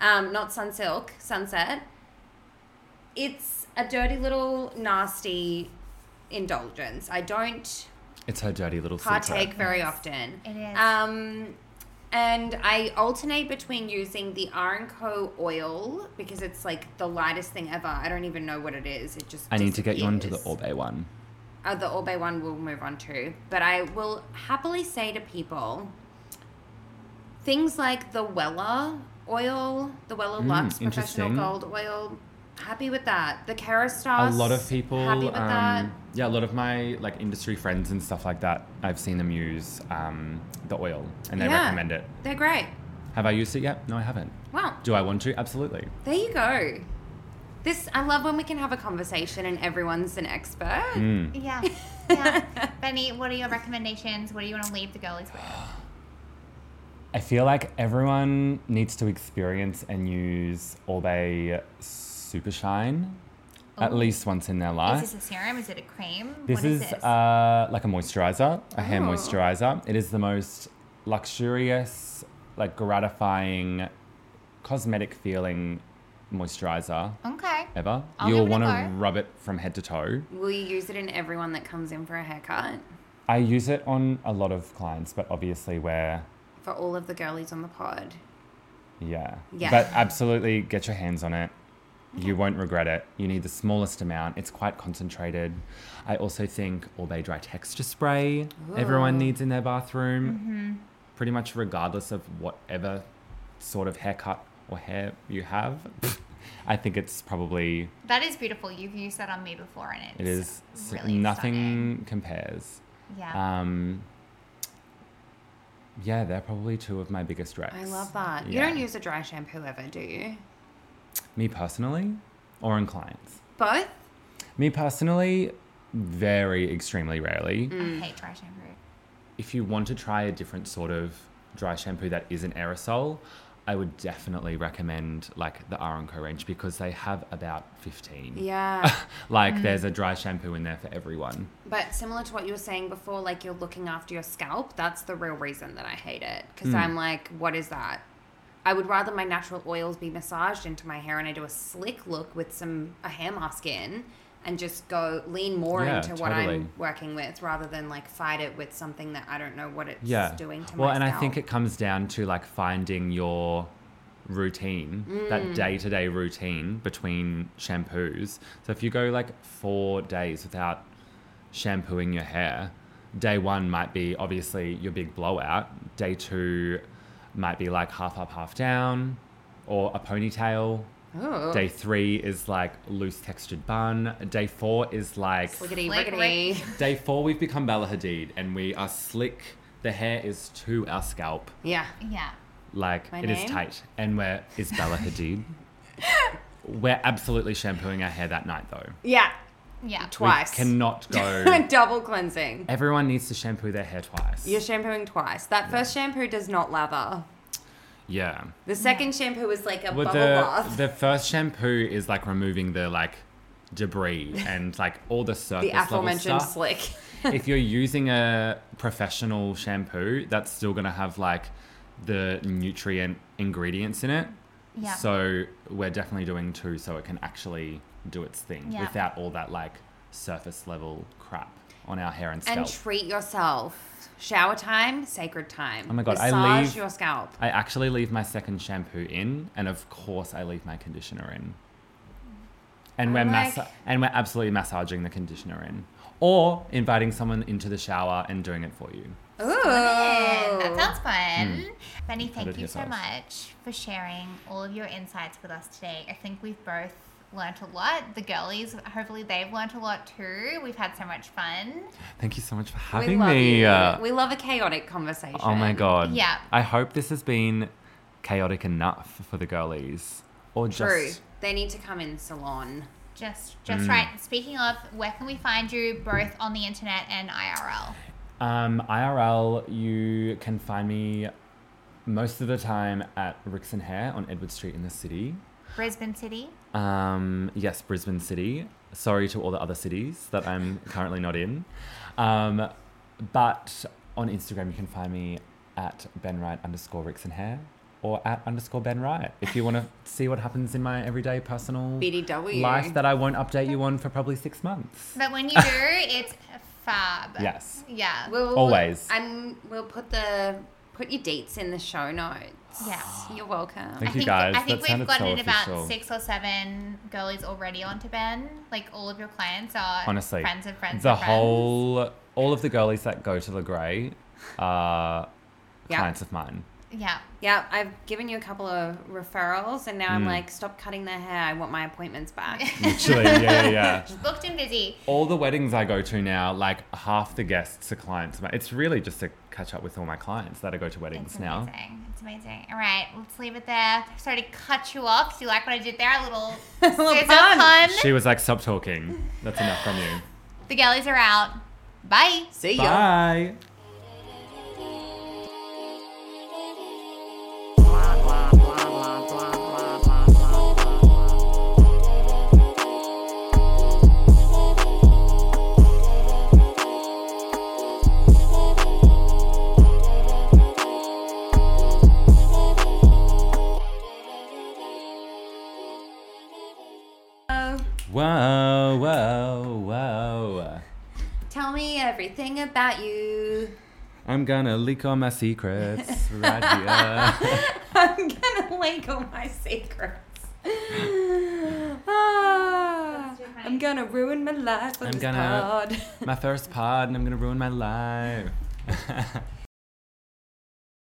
Speaker 1: Um, not Sunsilk, sunset. It's a dirty little nasty indulgence. I don't
Speaker 3: It's her dirty little
Speaker 1: partake
Speaker 3: secret.
Speaker 1: very often.
Speaker 2: It is.
Speaker 1: Um, and I alternate between using the R & Co oil because it's like the lightest thing ever. I don't even know what it is. It just
Speaker 3: I need to get you onto the
Speaker 1: disappears.
Speaker 3: Orbe one.
Speaker 1: Uh, the Orbe one we'll move on to. But I will happily say to people things like the Wella oil, the Wella
Speaker 3: Mm,
Speaker 1: Lux Professional
Speaker 3: interesting.
Speaker 1: Gold Oil, Happy with that. The Kerastase.
Speaker 3: a lot of people
Speaker 1: Happy with
Speaker 3: um,
Speaker 1: that.
Speaker 3: yeah a lot of my like industry friends and stuff like that i've seen them use um, the oil and they
Speaker 1: Yeah.
Speaker 3: recommend it
Speaker 1: They're great.
Speaker 3: have i used it yet no i haven't
Speaker 1: Well,
Speaker 3: do i want to absolutely
Speaker 1: there you go. This I love when we can have a conversation and everyone's an expert.
Speaker 3: Mm.
Speaker 2: Yeah. Yeah. Benny, what are your recommendations? What do you want to leave the girlies with?
Speaker 3: I feel like everyone needs to experience and use Orbe Super Shine at
Speaker 1: Oh.
Speaker 2: Ooh.
Speaker 3: least once in their life.
Speaker 2: Is this a serum? Is it a cream?
Speaker 3: This
Speaker 2: what is,
Speaker 3: is
Speaker 2: this?
Speaker 3: Uh, like a moisturizer, a hair
Speaker 1: Oh.
Speaker 3: moisturizer. It is the most luxurious, like gratifying, cosmetic feeling moisturizer
Speaker 2: okay.
Speaker 3: ever.
Speaker 2: I'll
Speaker 3: You'll
Speaker 2: give it a
Speaker 3: want to
Speaker 2: go.
Speaker 3: rub it from head to toe.
Speaker 1: Will you use it in everyone that comes in for a haircut?
Speaker 3: I use it on a lot of clients, but obviously where,
Speaker 1: For all of the girlies on the pod.
Speaker 3: yeah.
Speaker 1: Yeah.
Speaker 3: But absolutely get your hands on it. You won't regret it. You need the smallest amount. It's quite concentrated. I also think Orbea Dry Texture Spray
Speaker 1: Ooh.
Speaker 3: everyone
Speaker 1: Mm-hmm.
Speaker 3: needs in their bathroom. pretty much regardless of whatever sort of haircut or hair you have. I think it's probably
Speaker 2: That is beautiful. You've used that on me before, and
Speaker 3: it
Speaker 2: it's
Speaker 3: is
Speaker 2: really
Speaker 3: nothing
Speaker 2: stunning.
Speaker 3: compares.
Speaker 2: Yeah.
Speaker 3: Um, yeah, they're probably two of my biggest recs.
Speaker 1: I love that.
Speaker 3: Yeah.
Speaker 1: You don't use a dry shampoo ever, do you?
Speaker 3: me personally, or on clients.
Speaker 1: Both?
Speaker 3: Me personally, very extremely rarely.
Speaker 2: I hate dry shampoo.
Speaker 3: If you want to try a different sort of dry shampoo that isn't aerosol, I would definitely recommend like the Aronco range because they have about 15.
Speaker 1: Yeah.
Speaker 3: Like there's a dry shampoo in there for everyone.
Speaker 1: But similar to what you were saying before, like you're looking after your scalp, that's the real reason that I hate it.
Speaker 3: Hmm.
Speaker 1: Because I'm like, what is that? I would rather my natural oils be massaged into my hair and I do a slick look with some a hair mask in and just go lean more
Speaker 3: Yeah,
Speaker 1: into what
Speaker 3: totally.
Speaker 1: I'm working with rather than like fight it with something that I don't know what it's
Speaker 3: Yeah.
Speaker 1: doing to
Speaker 3: well,
Speaker 1: my
Speaker 3: and I think
Speaker 1: scalp.
Speaker 3: it comes down to like finding your routine,
Speaker 1: Mm.
Speaker 3: that day-to-day routine between shampoos. So if you go like 4 days without shampooing your hair, day 1 might be obviously your big blowout, day 2 might be like half up, half down or a ponytail.
Speaker 1: Ooh.
Speaker 3: Day three is like loose textured bun. Day four is like
Speaker 1: Slickety
Speaker 2: Slick
Speaker 1: rickety.
Speaker 2: Rick.
Speaker 3: Day four, we've become Bella Hadid and we are slick. The hair is to our scalp.
Speaker 1: Yeah.
Speaker 2: Yeah.
Speaker 3: Like,
Speaker 1: My
Speaker 3: it is
Speaker 1: name?
Speaker 3: tight. And we're, is Bella Hadid. we're absolutely shampooing our hair that night, though.
Speaker 1: Yeah.
Speaker 2: Yeah.
Speaker 3: We
Speaker 1: Twice.
Speaker 3: cannot go.
Speaker 1: Double cleansing.
Speaker 3: Everyone needs to shampoo their hair twice.
Speaker 1: You're shampooing twice. That first shampoo does not lather.
Speaker 3: yeah.
Speaker 1: The second shampoo is like a
Speaker 3: Well,
Speaker 1: bubble
Speaker 3: the,
Speaker 1: bath.
Speaker 3: the first shampoo is like removing the, like, debris and like all the surface
Speaker 1: the aforementioned
Speaker 3: level stuff.
Speaker 1: slick.
Speaker 3: if you're using a professional shampoo, that's still going to have like the nutrient ingredients in it.
Speaker 2: Yeah.
Speaker 3: So we're definitely doing two so it can actually do its thing
Speaker 2: Yeah.
Speaker 3: without all that like surface level crap on our hair and scalp.
Speaker 1: and treat yourself. Shower time, sacred time.
Speaker 3: Oh my God, I
Speaker 1: Massage
Speaker 3: leave-
Speaker 1: your scalp.
Speaker 3: I actually leave my second shampoo in and of course I leave my conditioner in. And
Speaker 1: I
Speaker 3: we're
Speaker 1: like-
Speaker 3: massa- and we're absolutely massaging the conditioner in or inviting someone into the shower and doing it for you.
Speaker 1: Ooh.
Speaker 2: Fun. That
Speaker 3: Oh.
Speaker 2: sounds fun. Benny,
Speaker 3: did
Speaker 2: thank you
Speaker 3: his
Speaker 2: so
Speaker 3: eyes.
Speaker 2: much for sharing all of your insights with us today. I think we've both learnt a lot. The girlies, hopefully, they've learnt a lot too. We've had so much fun.
Speaker 3: Thank you so much for
Speaker 1: we
Speaker 3: having
Speaker 1: love
Speaker 3: me. Uh,
Speaker 1: you. We love a chaotic conversation.
Speaker 3: Oh my god.
Speaker 2: Yeah.
Speaker 3: I hope this has been chaotic enough for the girlies. Or
Speaker 1: True.
Speaker 3: just
Speaker 1: They need to come in salon.
Speaker 2: Just, just
Speaker 3: Hmm.
Speaker 2: right. Speaking of, where can we find you both on the internet and IRL?
Speaker 3: um IRL you can find me most of the time at Ricks and Hair on Edward Street in the city.
Speaker 2: Brisbane City.
Speaker 3: Um yes, Brisbane City. Sorry to all the other cities that I'm currently not in. Um but on Instagram you can find me at benwright underscore Ricks and Hair or at underscore Ben Wright if you want to see what happens in my everyday personal
Speaker 1: BDW.
Speaker 3: life that I won't update you on for probably six months.
Speaker 2: But when you do, it's fab.
Speaker 3: Yes.
Speaker 2: Yeah.
Speaker 1: We'll,
Speaker 3: Always.
Speaker 1: And we'll put the put your dates in the show notes.
Speaker 2: Yes.
Speaker 1: You're welcome.
Speaker 3: Thank
Speaker 2: I
Speaker 3: you,
Speaker 2: think,
Speaker 3: guys.
Speaker 2: I think
Speaker 3: That sounded
Speaker 2: we've
Speaker 3: so
Speaker 2: gotten about
Speaker 3: official.
Speaker 2: six or seven girlies already onto Ben. Like all of your clients are
Speaker 3: Honestly,
Speaker 2: friends of friends.
Speaker 3: the
Speaker 2: of friends.
Speaker 3: whole, all of the girlies that go to the Grey are
Speaker 1: Yeah.
Speaker 3: clients of mine.
Speaker 2: Yeah.
Speaker 1: Yeah, I've given you a couple of referrals, and now I'm
Speaker 3: Mm.
Speaker 1: like, stop cutting their hair. I want my appointments back.
Speaker 3: Literally, yeah, yeah, yeah.
Speaker 2: She's booked and busy.
Speaker 3: All the weddings I go to now, like half the guests are clients. of mine. It's really just to catch up with all my clients that I go to weddings
Speaker 2: It's
Speaker 3: now.
Speaker 2: amazing. It's amazing. All right, let's leave it there. Sorry to cut you off. Do you like what I did there? A little,
Speaker 1: Little
Speaker 2: scissor
Speaker 1: pun.
Speaker 2: pun.
Speaker 3: She was like, stop talking. That's enough from you.
Speaker 2: The galleys are out. Bye.
Speaker 1: See ya.
Speaker 3: Bye. Whoa, whoa, whoa.
Speaker 1: Tell me everything about you.
Speaker 3: I'm gonna leak all my secrets right here.
Speaker 1: I'm gonna leak all my secrets. Ah,
Speaker 2: That's too funny.
Speaker 1: I'm gonna ruin my life with
Speaker 3: I'm
Speaker 1: this
Speaker 3: gonna-
Speaker 1: pod.
Speaker 3: my first pod, and I'm gonna ruin my life.